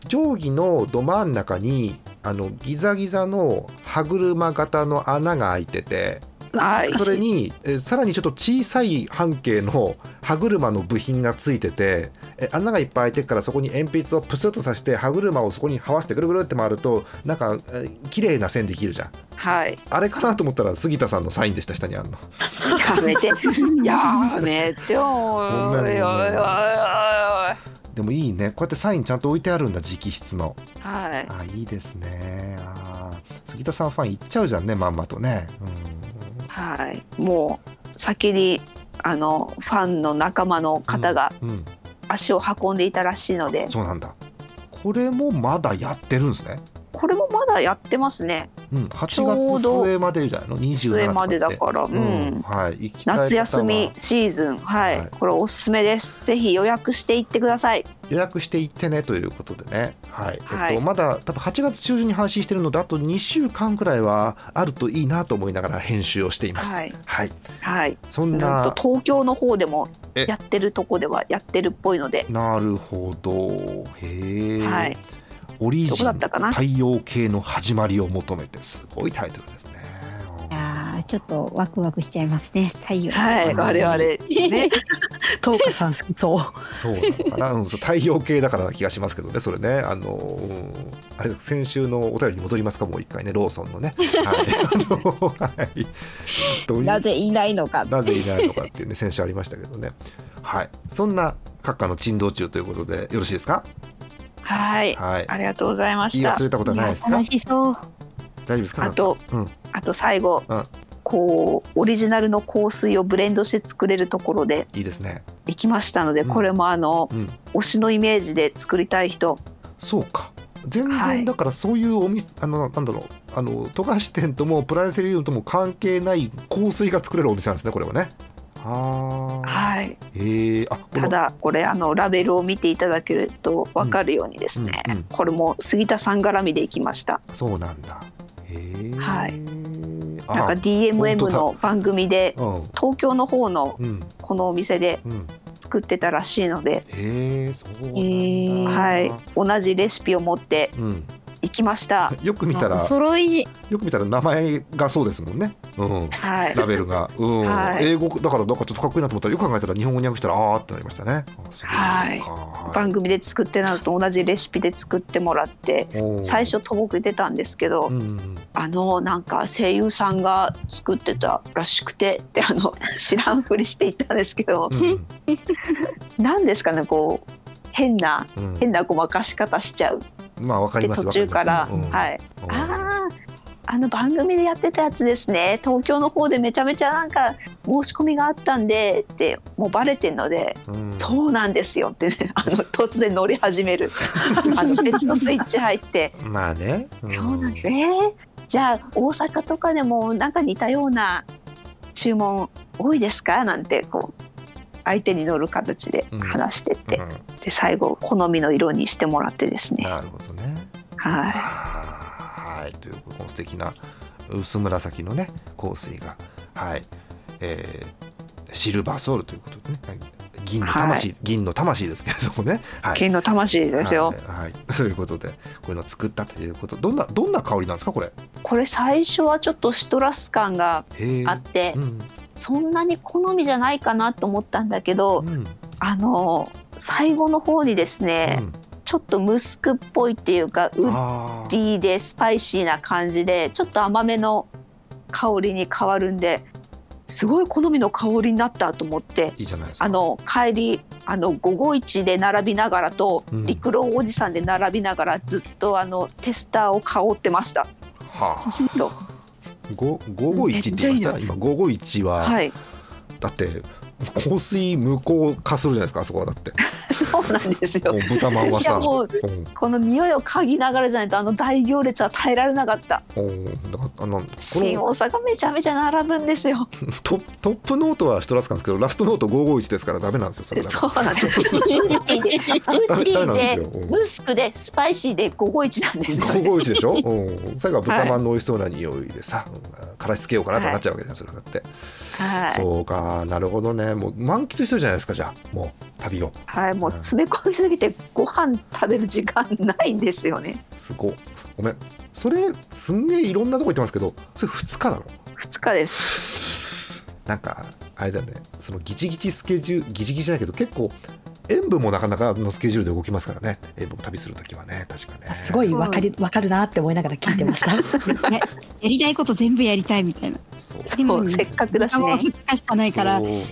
[SPEAKER 1] 定規のど真ん中にあのギザギザの歯車型の穴が開いてて
[SPEAKER 2] はい
[SPEAKER 1] それに、えーさらにちょっと小さい半径の歯車の部品がついてて、えー穴がいっぱい開いてるからそこに鉛筆をプスッと刺して歯車をそこにはわせてぐるぐるって回るとなんか、えー綺麗な線できるじゃん
[SPEAKER 2] はい
[SPEAKER 1] あれかなと思ったら杉田さんのサインでした下にあんの
[SPEAKER 2] や めてやめておい
[SPEAKER 1] ごめんご
[SPEAKER 2] お
[SPEAKER 1] め
[SPEAKER 2] いおいおいおい
[SPEAKER 1] んでもいいねこうやってサインちゃんと置いてあるんだ直筆の
[SPEAKER 2] はい
[SPEAKER 1] あいいですねあー杉田さんファンいっちゃうじゃんねまんまとねうん
[SPEAKER 2] はいもう先にあのファンの仲間の方が
[SPEAKER 1] うん、うん、
[SPEAKER 2] 足を運んでいたらしいので、
[SPEAKER 1] そうなんだこれもまだやってるんですね
[SPEAKER 2] これもまだやってますね
[SPEAKER 1] うん、8
[SPEAKER 2] ょう
[SPEAKER 1] 月
[SPEAKER 2] ど
[SPEAKER 1] 末までじゃないの27
[SPEAKER 2] 上までだ
[SPEAKER 1] と
[SPEAKER 2] から、
[SPEAKER 1] っ
[SPEAKER 2] う
[SPEAKER 1] てうん
[SPEAKER 2] ん、
[SPEAKER 1] はい、行きたい方は
[SPEAKER 2] 夏休みシーズンはい、
[SPEAKER 1] はい
[SPEAKER 2] これおすすめですぜひ予約していってください
[SPEAKER 1] 予約していってねということでね、はい
[SPEAKER 2] はい
[SPEAKER 1] えっと、まだ多分8月中旬に配信してるのであと2週間くらいはあるといいなと思いながら編集をしています。は
[SPEAKER 2] はいい、はい
[SPEAKER 1] そん
[SPEAKER 2] な
[SPEAKER 1] なん
[SPEAKER 2] と東京の方でも
[SPEAKER 1] え
[SPEAKER 2] やってるとこではやってるっぽいので
[SPEAKER 1] なるほどへえ、
[SPEAKER 2] はい
[SPEAKER 1] オリ
[SPEAKER 2] ど
[SPEAKER 1] ジ
[SPEAKER 2] こ
[SPEAKER 1] ン
[SPEAKER 2] だったかな
[SPEAKER 1] 太陽系の始まりを求めてすごいタイトルですね。
[SPEAKER 4] いやーちょっとワクワクしちゃいますね太陽
[SPEAKER 2] はい我 々ね
[SPEAKER 3] トーカさん好きそう。
[SPEAKER 1] そうなのかな、うん、そう太陽系だからな気がしますけどね、それね、あの、うんあれ、先週のお便りに戻りますか、もう一回ね、ローソンのね。 はい、あの、はい。どういう
[SPEAKER 4] なぜいないのか
[SPEAKER 1] なぜいないのかっていうね、先週ありましたけどね。はい、そんな閣下の珍道中ということで、よろしいですか。
[SPEAKER 2] はい
[SPEAKER 1] はい。
[SPEAKER 2] ありがとうございまし
[SPEAKER 1] 言い
[SPEAKER 2] た
[SPEAKER 1] 忘れたことはないですか。
[SPEAKER 4] 楽
[SPEAKER 1] 大
[SPEAKER 4] しそう
[SPEAKER 1] 丈夫ですか。
[SPEAKER 2] あと、
[SPEAKER 1] うん
[SPEAKER 2] あと最後、
[SPEAKER 1] うん
[SPEAKER 2] こうオリジナルの香水をブレンドして作れるところで
[SPEAKER 1] いいですね。
[SPEAKER 2] 行きましたので、
[SPEAKER 1] うん
[SPEAKER 2] これもあの
[SPEAKER 1] うん。
[SPEAKER 2] 推しのイメージで作りたい人
[SPEAKER 1] そうか全
[SPEAKER 2] は
[SPEAKER 1] 然
[SPEAKER 2] い
[SPEAKER 1] だからそういうお店、あのなんだろうあの富樫店ともプラネタリウムとも関係ない香水が作れるお店なんですねこれはねはあ
[SPEAKER 2] はい
[SPEAKER 1] へえあこの
[SPEAKER 2] ただこれあのラベルを見ていただけると分かるようにですね、
[SPEAKER 1] うんうんうん
[SPEAKER 2] これも杉田さん絡みで行きました
[SPEAKER 1] そうなんだへえ
[SPEAKER 2] はい
[SPEAKER 1] あ
[SPEAKER 2] なんか DMM の番組で
[SPEAKER 1] うん
[SPEAKER 2] 東京の方の
[SPEAKER 1] うん
[SPEAKER 2] このお店で
[SPEAKER 1] うん
[SPEAKER 2] 作ってたらしいので、
[SPEAKER 1] へえそうなんだ、
[SPEAKER 4] へー
[SPEAKER 2] はい、同じレシピを持って
[SPEAKER 1] うん、
[SPEAKER 2] 行きました。
[SPEAKER 1] よく見た
[SPEAKER 4] あ
[SPEAKER 1] ら
[SPEAKER 4] お揃い
[SPEAKER 1] よく見たら名前がそうですもんねうん
[SPEAKER 2] はい、
[SPEAKER 1] ラベルが、うん
[SPEAKER 2] はい
[SPEAKER 1] 英語だからなんかちょっとかっこいいなと思ったらよく考えたら日本語に訳したらあーってなりましたねあそうか
[SPEAKER 2] はい
[SPEAKER 1] は
[SPEAKER 2] 番組で作ってなのと同じレシピで作ってもらって
[SPEAKER 1] おー
[SPEAKER 2] 最初とぼく出たんですけど、
[SPEAKER 1] うんうんうん
[SPEAKER 2] あのなんか声優さんが作ってたらしくてってあの知らんふりしていったんですけど
[SPEAKER 1] う
[SPEAKER 2] 何ですかねこう変な
[SPEAKER 1] う
[SPEAKER 2] ん
[SPEAKER 1] ん
[SPEAKER 2] 変なごまかし方しちゃう
[SPEAKER 1] まあわかり
[SPEAKER 2] で
[SPEAKER 1] ます
[SPEAKER 2] 途中から、はい
[SPEAKER 1] わりますうん
[SPEAKER 2] あああの番組でやってたやつですね東京の方でめちゃめちゃなんか申し込みがあったんでってもうバレてんので、
[SPEAKER 1] うん
[SPEAKER 2] そうなんですよってね あの突然乗り 始めるあの別のスイッチ入って、
[SPEAKER 1] まあねん
[SPEAKER 2] そうなんですね、えーじゃあ大阪とかでもなんか似たような注文多いですかなんてこう相手に乗る形で話してって、
[SPEAKER 1] う
[SPEAKER 2] で最後好みの色にしてもらってです
[SPEAKER 1] ん
[SPEAKER 2] ね、
[SPEAKER 1] なるほどね
[SPEAKER 2] はい。
[SPEAKER 1] はーいというこの素敵な薄紫のね香水がはいえーシルバーソウルということでねはい銀の魂、銀の魂ですけれどもねはい
[SPEAKER 2] 金の魂ですよ、
[SPEAKER 1] はい、はい、ということでこういうのを作ったということどんなどんな香りなんですかこれ
[SPEAKER 2] これ最初はちょっとシトラス感が
[SPEAKER 1] へえ
[SPEAKER 2] あって、
[SPEAKER 1] うん
[SPEAKER 2] そんなに好みじゃないかなと思ったんだけど、
[SPEAKER 1] うん
[SPEAKER 2] あの最後の方にですね、
[SPEAKER 1] うん
[SPEAKER 2] ちょっとムスクっぽいっていうかウッ
[SPEAKER 1] あ
[SPEAKER 2] デ
[SPEAKER 1] ー
[SPEAKER 2] ィでスパイシーな感じでちょっと甘めの香りに変わるんですごい好みの香りになったと思って
[SPEAKER 1] いいじゃないですか
[SPEAKER 2] あの帰りあの午後一で並びながらと
[SPEAKER 1] うん
[SPEAKER 2] 陸郎おじさんで並びながらずっとあのテスターを香ってま した。
[SPEAKER 1] はあ
[SPEAKER 2] と
[SPEAKER 1] ご551って言いました今551は、
[SPEAKER 2] はい、
[SPEAKER 1] だって香水無効化するじゃないですかあそこはだ って
[SPEAKER 2] そうなんです
[SPEAKER 1] も
[SPEAKER 2] よ
[SPEAKER 1] う。豚まんはい
[SPEAKER 2] や
[SPEAKER 1] さ
[SPEAKER 2] もう
[SPEAKER 1] うん
[SPEAKER 2] この匂いを嗅ぎながらじゃないとあの大行列は耐えられなかった
[SPEAKER 1] うんだからあのこ
[SPEAKER 2] 新
[SPEAKER 1] の
[SPEAKER 2] 大阪めちゃめちゃ並ぶんですよ
[SPEAKER 1] トトップノートはシトラスカですけどラストノート551ですからダメなんですよそれだ
[SPEAKER 2] そ
[SPEAKER 1] か
[SPEAKER 2] うなんですウッデ ィでウッデ
[SPEAKER 1] ダメ
[SPEAKER 2] ィ
[SPEAKER 1] なんです
[SPEAKER 2] で
[SPEAKER 1] ようん
[SPEAKER 2] ムスクでスパイシーで午後一なんですよね
[SPEAKER 1] 551でしょ、うん、最後は豚まんの美味しそうな匂いでさ、うんからしつけようかなとなっちゃうわけじゃんそれだって、
[SPEAKER 2] はい、
[SPEAKER 1] そうかなるほどねもう満喫してるじゃないですかじゃあもう旅を
[SPEAKER 2] はい、もう詰め込みすぎてご飯食べる時間ないんですよね
[SPEAKER 1] すごごめんそれすんげえいろんなとこ行ってますけどそれ2日なの
[SPEAKER 2] 2日です
[SPEAKER 1] なんかあれだよねそのギチギチスケジュールギチギチじゃないけど結構塩分もなかなかのスケジュールで動きますからね塩分旅するときはね確かね
[SPEAKER 3] すごいわかりわかるなって思いながら聞いて ました。
[SPEAKER 4] ねやりたいこと全部やりたいみたいな。
[SPEAKER 1] そう
[SPEAKER 4] でも
[SPEAKER 2] そうせっかくだし
[SPEAKER 4] もう
[SPEAKER 2] ね
[SPEAKER 4] 2日しかないから、すごい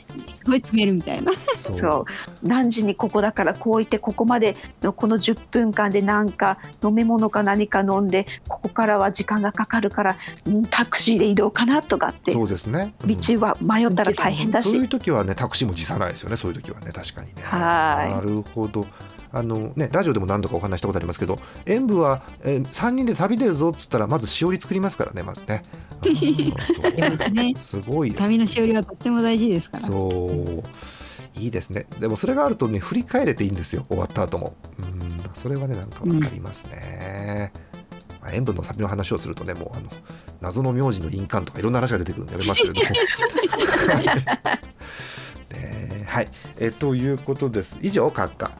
[SPEAKER 4] 詰めるみたいな。
[SPEAKER 1] そう
[SPEAKER 2] そう何時にここだからこう言ってここまでのこの10分間でなんか飲み物か何か飲んでここからは時間がかかるからんタクシーで移動かなとかって
[SPEAKER 1] そうですね、うん
[SPEAKER 2] 道は迷ったら大変だ
[SPEAKER 1] そうい
[SPEAKER 2] し
[SPEAKER 1] う時はねタクシーも辞さないですよねそういう時はね確かにね
[SPEAKER 2] はい
[SPEAKER 1] なるほどあのねラジオでも何度かお話ししたことありますけど演舞は、えー、3人で旅出るぞっつったらまずしおり作りますからねまずねあーそう
[SPEAKER 4] ね
[SPEAKER 1] すごいですね
[SPEAKER 4] 紙のしおりはとっても大事ですから。
[SPEAKER 1] そういいですねでもそれがあるとね振り返れていいんですよ終わった後もうんそれはねなんか分かりますね、まあ、塩分の旅の話をするとねもうあの謎の名字の印鑑とかいろんな話が出てくるんでやめますけれど もねえはいえということです以上閣下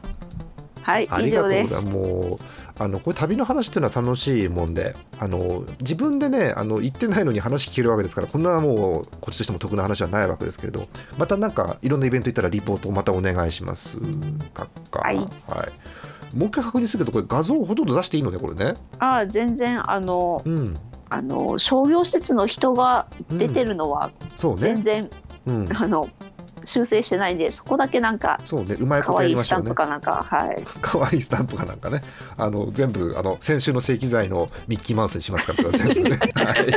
[SPEAKER 2] はい
[SPEAKER 1] あり
[SPEAKER 2] 以
[SPEAKER 1] がと
[SPEAKER 2] 上
[SPEAKER 1] う
[SPEAKER 2] で
[SPEAKER 1] ござ
[SPEAKER 2] す
[SPEAKER 1] います。もうあのこれ旅の話っていうのは楽しいもんであの自分でねあの行ってないのに話聞けるわけですからこんなもうこっちとしても得な話はないわけですけれどまたなんかいろんなイベント行ったらリポートをまたお願いしますかっか
[SPEAKER 2] はい
[SPEAKER 1] いもう一回確認するけどこれ画像ほとんど出していいのねこれね
[SPEAKER 2] ああ全然あの
[SPEAKER 1] うん、
[SPEAKER 2] あの商業施設の人が
[SPEAKER 1] うん
[SPEAKER 2] 出てるのは
[SPEAKER 1] そう
[SPEAKER 2] 全
[SPEAKER 1] ね
[SPEAKER 2] 然、
[SPEAKER 1] うん
[SPEAKER 2] あの修正してないんでそこだけなんか
[SPEAKER 1] そうねうまいこ
[SPEAKER 2] 可
[SPEAKER 1] とや
[SPEAKER 2] 愛
[SPEAKER 1] り
[SPEAKER 2] い
[SPEAKER 1] ま
[SPEAKER 2] ス
[SPEAKER 1] したよ
[SPEAKER 2] タン
[SPEAKER 1] ね
[SPEAKER 2] プかなんかはい
[SPEAKER 1] 可愛いスタンプかなんかねあの全部あの先週の正規材のミッキーマウスにしますからそれは 全部ね、はい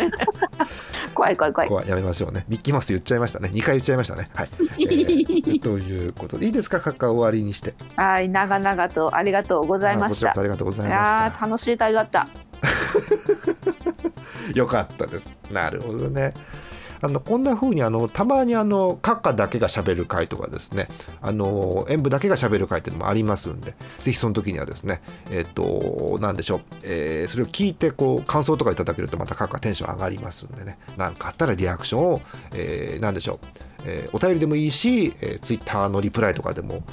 [SPEAKER 2] 怖い怖い怖い
[SPEAKER 1] ここはやめましょうね。ミッキーマウスと言っちゃいましたね。2回言っちゃいましたね。 はい。えーということで、いいですか、カッカ終わりにして。
[SPEAKER 2] はい長々とありがとうございま
[SPEAKER 1] あこ
[SPEAKER 2] し
[SPEAKER 1] ちらこ
[SPEAKER 2] た
[SPEAKER 1] そありがとうござい
[SPEAKER 2] い
[SPEAKER 1] ま
[SPEAKER 2] や
[SPEAKER 1] し
[SPEAKER 2] ー楽しい旅だった
[SPEAKER 1] た。よかったです。なるほどね。あのこんな風にあのたまにあのカッカだけが喋る回とかですねあの演舞だけが喋る回っていうのもありますんでぜひその時にはですねえっ、となんでしょう、えーそれを聞いてこう感想とかいただけるとまたカッカテンション上がりますんでね何かあったらリアクションを、えーなんでしょう、えーお便りでもいいし、えー、ツイッターのリプライとかでも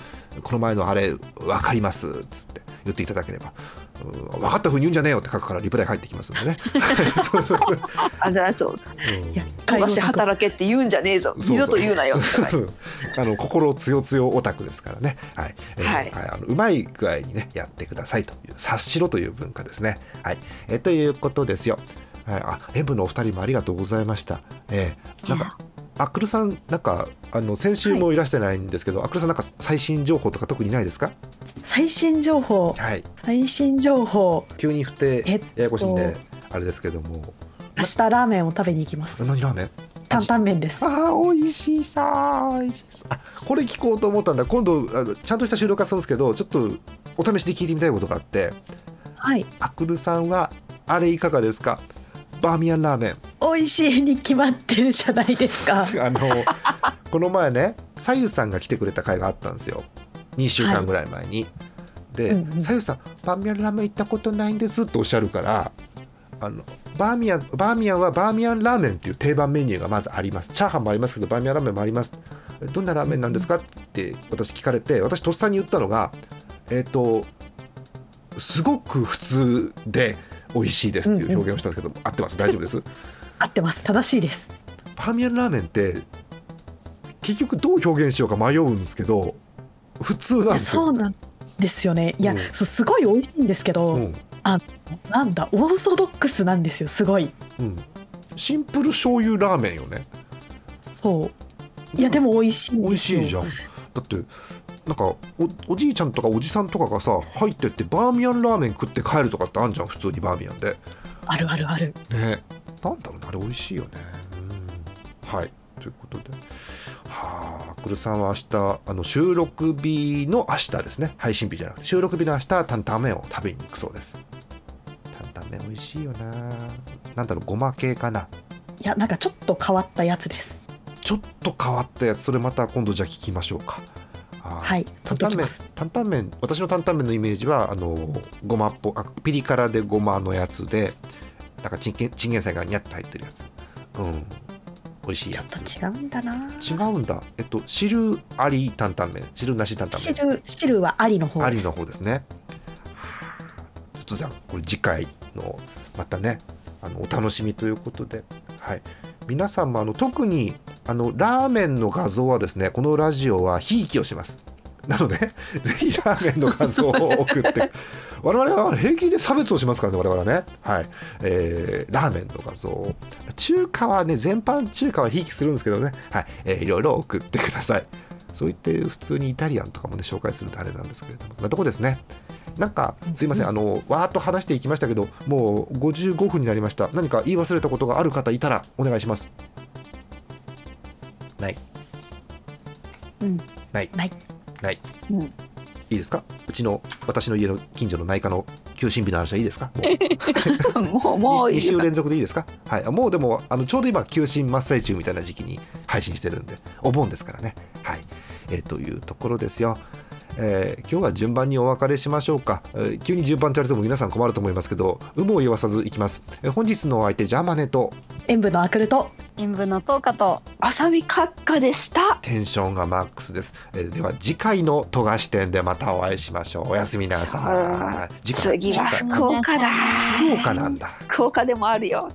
[SPEAKER 1] この前のあれ分かりますっつって言っていただければ。うん分かったふうに言うんじゃねえよって書くからリプライ入ってきますんでね。 そうそう
[SPEAKER 2] あじゃあそう
[SPEAKER 1] うん
[SPEAKER 3] いや
[SPEAKER 2] 富樫働けって言うんじゃねえぞ
[SPEAKER 1] そうそう
[SPEAKER 2] 二度と言 うなよとか
[SPEAKER 1] あの心強強オタクですからね。はい。えー
[SPEAKER 2] はい
[SPEAKER 1] あのうまい具合にねやってくださいという察しろという文化ですね。はい。えーということですよ。はい。あ、エブのお二人もありがとうございました。えーなんか。アックルさんなんかあの先週もいらしてないんですけど、アックルさんなんか最新情報とか特にないですか？
[SPEAKER 3] 最新情報、
[SPEAKER 1] はい。
[SPEAKER 3] 最新情報。
[SPEAKER 1] 急に振って
[SPEAKER 3] えっと
[SPEAKER 1] ややこしいんであれですけども、
[SPEAKER 3] 明日ラーメンを食べに行きます。
[SPEAKER 1] 何ラーメン？
[SPEAKER 3] 担々麺です。
[SPEAKER 1] あー美味しそう美味しそうあこれ聞こうと思ったんだ今度あのちゃんとした収録はするんですけどちょっとお試しで聞いてみたいことがあって
[SPEAKER 3] はい、
[SPEAKER 1] あくるさんはあれいかがですかバーミヤンラーメン
[SPEAKER 3] 美味しいに決まってるじゃないで すか。
[SPEAKER 1] あのこの前ねさゆさんが来てくれた回があったんですよ2週間ぐらい前に、で、
[SPEAKER 3] うんうん
[SPEAKER 1] さゆさんバーミヤンラーメン行ったことないんですっておっしゃるからあのバーミヤンバーミヤンはバーミヤンラーメンっていう定番メニューがまずありますチャーハンもありますけどバーミヤンラーメンもありますえどんなラーメンなんですかって私聞かれて私とっさに言ったのがえっ、とすごく普通で美味しいですっていう表現をしたんですけど、合ってます大丈夫です
[SPEAKER 3] 合ってます。正しいです。
[SPEAKER 1] バーミヤンラーメンって結局どう表現しようか迷うんですけど普通なんです
[SPEAKER 3] そ
[SPEAKER 1] よ
[SPEAKER 3] うなんですよねいや、
[SPEAKER 1] うん
[SPEAKER 3] そうすごい美味しいんですけど、
[SPEAKER 1] うん
[SPEAKER 3] なんだオーソドックスなんですよすごい
[SPEAKER 1] うん、シンプル醤油ラーメンよね
[SPEAKER 3] そういやでも美味しいん
[SPEAKER 1] 美
[SPEAKER 3] で
[SPEAKER 1] 味
[SPEAKER 3] す
[SPEAKER 1] し
[SPEAKER 3] よ
[SPEAKER 1] いじゃんだってなんかおおじいちゃんとかおじさんとかがさ入ってってバーミヤンラーメン食って帰るとかってあんじゃん普通にバーミヤンで
[SPEAKER 3] あるあるある
[SPEAKER 1] ねなんだろうねあれ美味しいよねうんはいということではあアクルさんは明日あの収録日の明日ですね配信日じゃなくて収録日の明日担々麺を食べに行くそうです担々麺美味しいよななんだろうごま系かない
[SPEAKER 3] やなんかちょっと変わったやつです
[SPEAKER 1] ちょっと変わったやつそれまた今度じゃあ聞きましょうかは
[SPEAKER 3] はい取
[SPEAKER 1] 担
[SPEAKER 3] っ
[SPEAKER 1] 々
[SPEAKER 3] てきま
[SPEAKER 1] 麺
[SPEAKER 3] す
[SPEAKER 1] 担々麺私の担々麺のイメージはあのごまっぽあピリ辛でごまのやつでなんかチンゲンチンゲン菜がニャッと入ってるやつうん美味しい
[SPEAKER 3] ち
[SPEAKER 1] や
[SPEAKER 3] ょっ
[SPEAKER 1] つ
[SPEAKER 3] と違うんだな
[SPEAKER 1] 違うんだえっと汁あり担々麺汁なし担々麺
[SPEAKER 3] 汁汁はありの方
[SPEAKER 1] あ
[SPEAKER 3] で
[SPEAKER 1] り
[SPEAKER 3] す
[SPEAKER 1] の方ですねちょっとじゃあこれ次回のまたねあのお楽しみということで、はい、皆さんもあの特にあのラーメンの画像はですねこのラジオはひいきをしますなので ぜひラーメンの画像を送って 我々は平気で差別をしますからね我々はねはい、えーラーメンの画像を中華はね全般中華はひいきするんですけどねはい、えーいろいろ送ってくださいそう言って普通にイタリアンとかもね紹介するとあれなんですけれどもそんなとこですねなんかすいませんあのわーっと話していきましたけどもう55分になりました何か言い忘れたことがある方いたらお願いしますない
[SPEAKER 4] うん
[SPEAKER 1] ない
[SPEAKER 3] ない
[SPEAKER 1] ない
[SPEAKER 2] うん
[SPEAKER 1] いいですかうちの私の家の近所の内科の休診日の話はいいですかもう
[SPEAKER 2] もうもうい
[SPEAKER 1] 2
[SPEAKER 2] い
[SPEAKER 1] 週
[SPEAKER 2] よ
[SPEAKER 1] 連続でいいですか、はい、もうでもあのちょうど今休診真っ最中みたいな時期に配信してるんでお盆ですからね、はいえーというところですよ、えー今日は順番にお別れしましょうか、えー急に順番って言われても皆さん困ると思いますけど有無を言わさずいきます、えー本日のお相手ジャマネと
[SPEAKER 3] 塩分のアクルト
[SPEAKER 4] 塩分の10日と
[SPEAKER 2] あさみ閣下でした
[SPEAKER 1] テンションがマックスです、えーでは次回の富樫店でまたお会いしましょうおやすみなさい次回
[SPEAKER 2] 次は
[SPEAKER 1] 次回
[SPEAKER 2] 福岡だ
[SPEAKER 1] 福岡なんだ
[SPEAKER 2] 福岡でもあるよ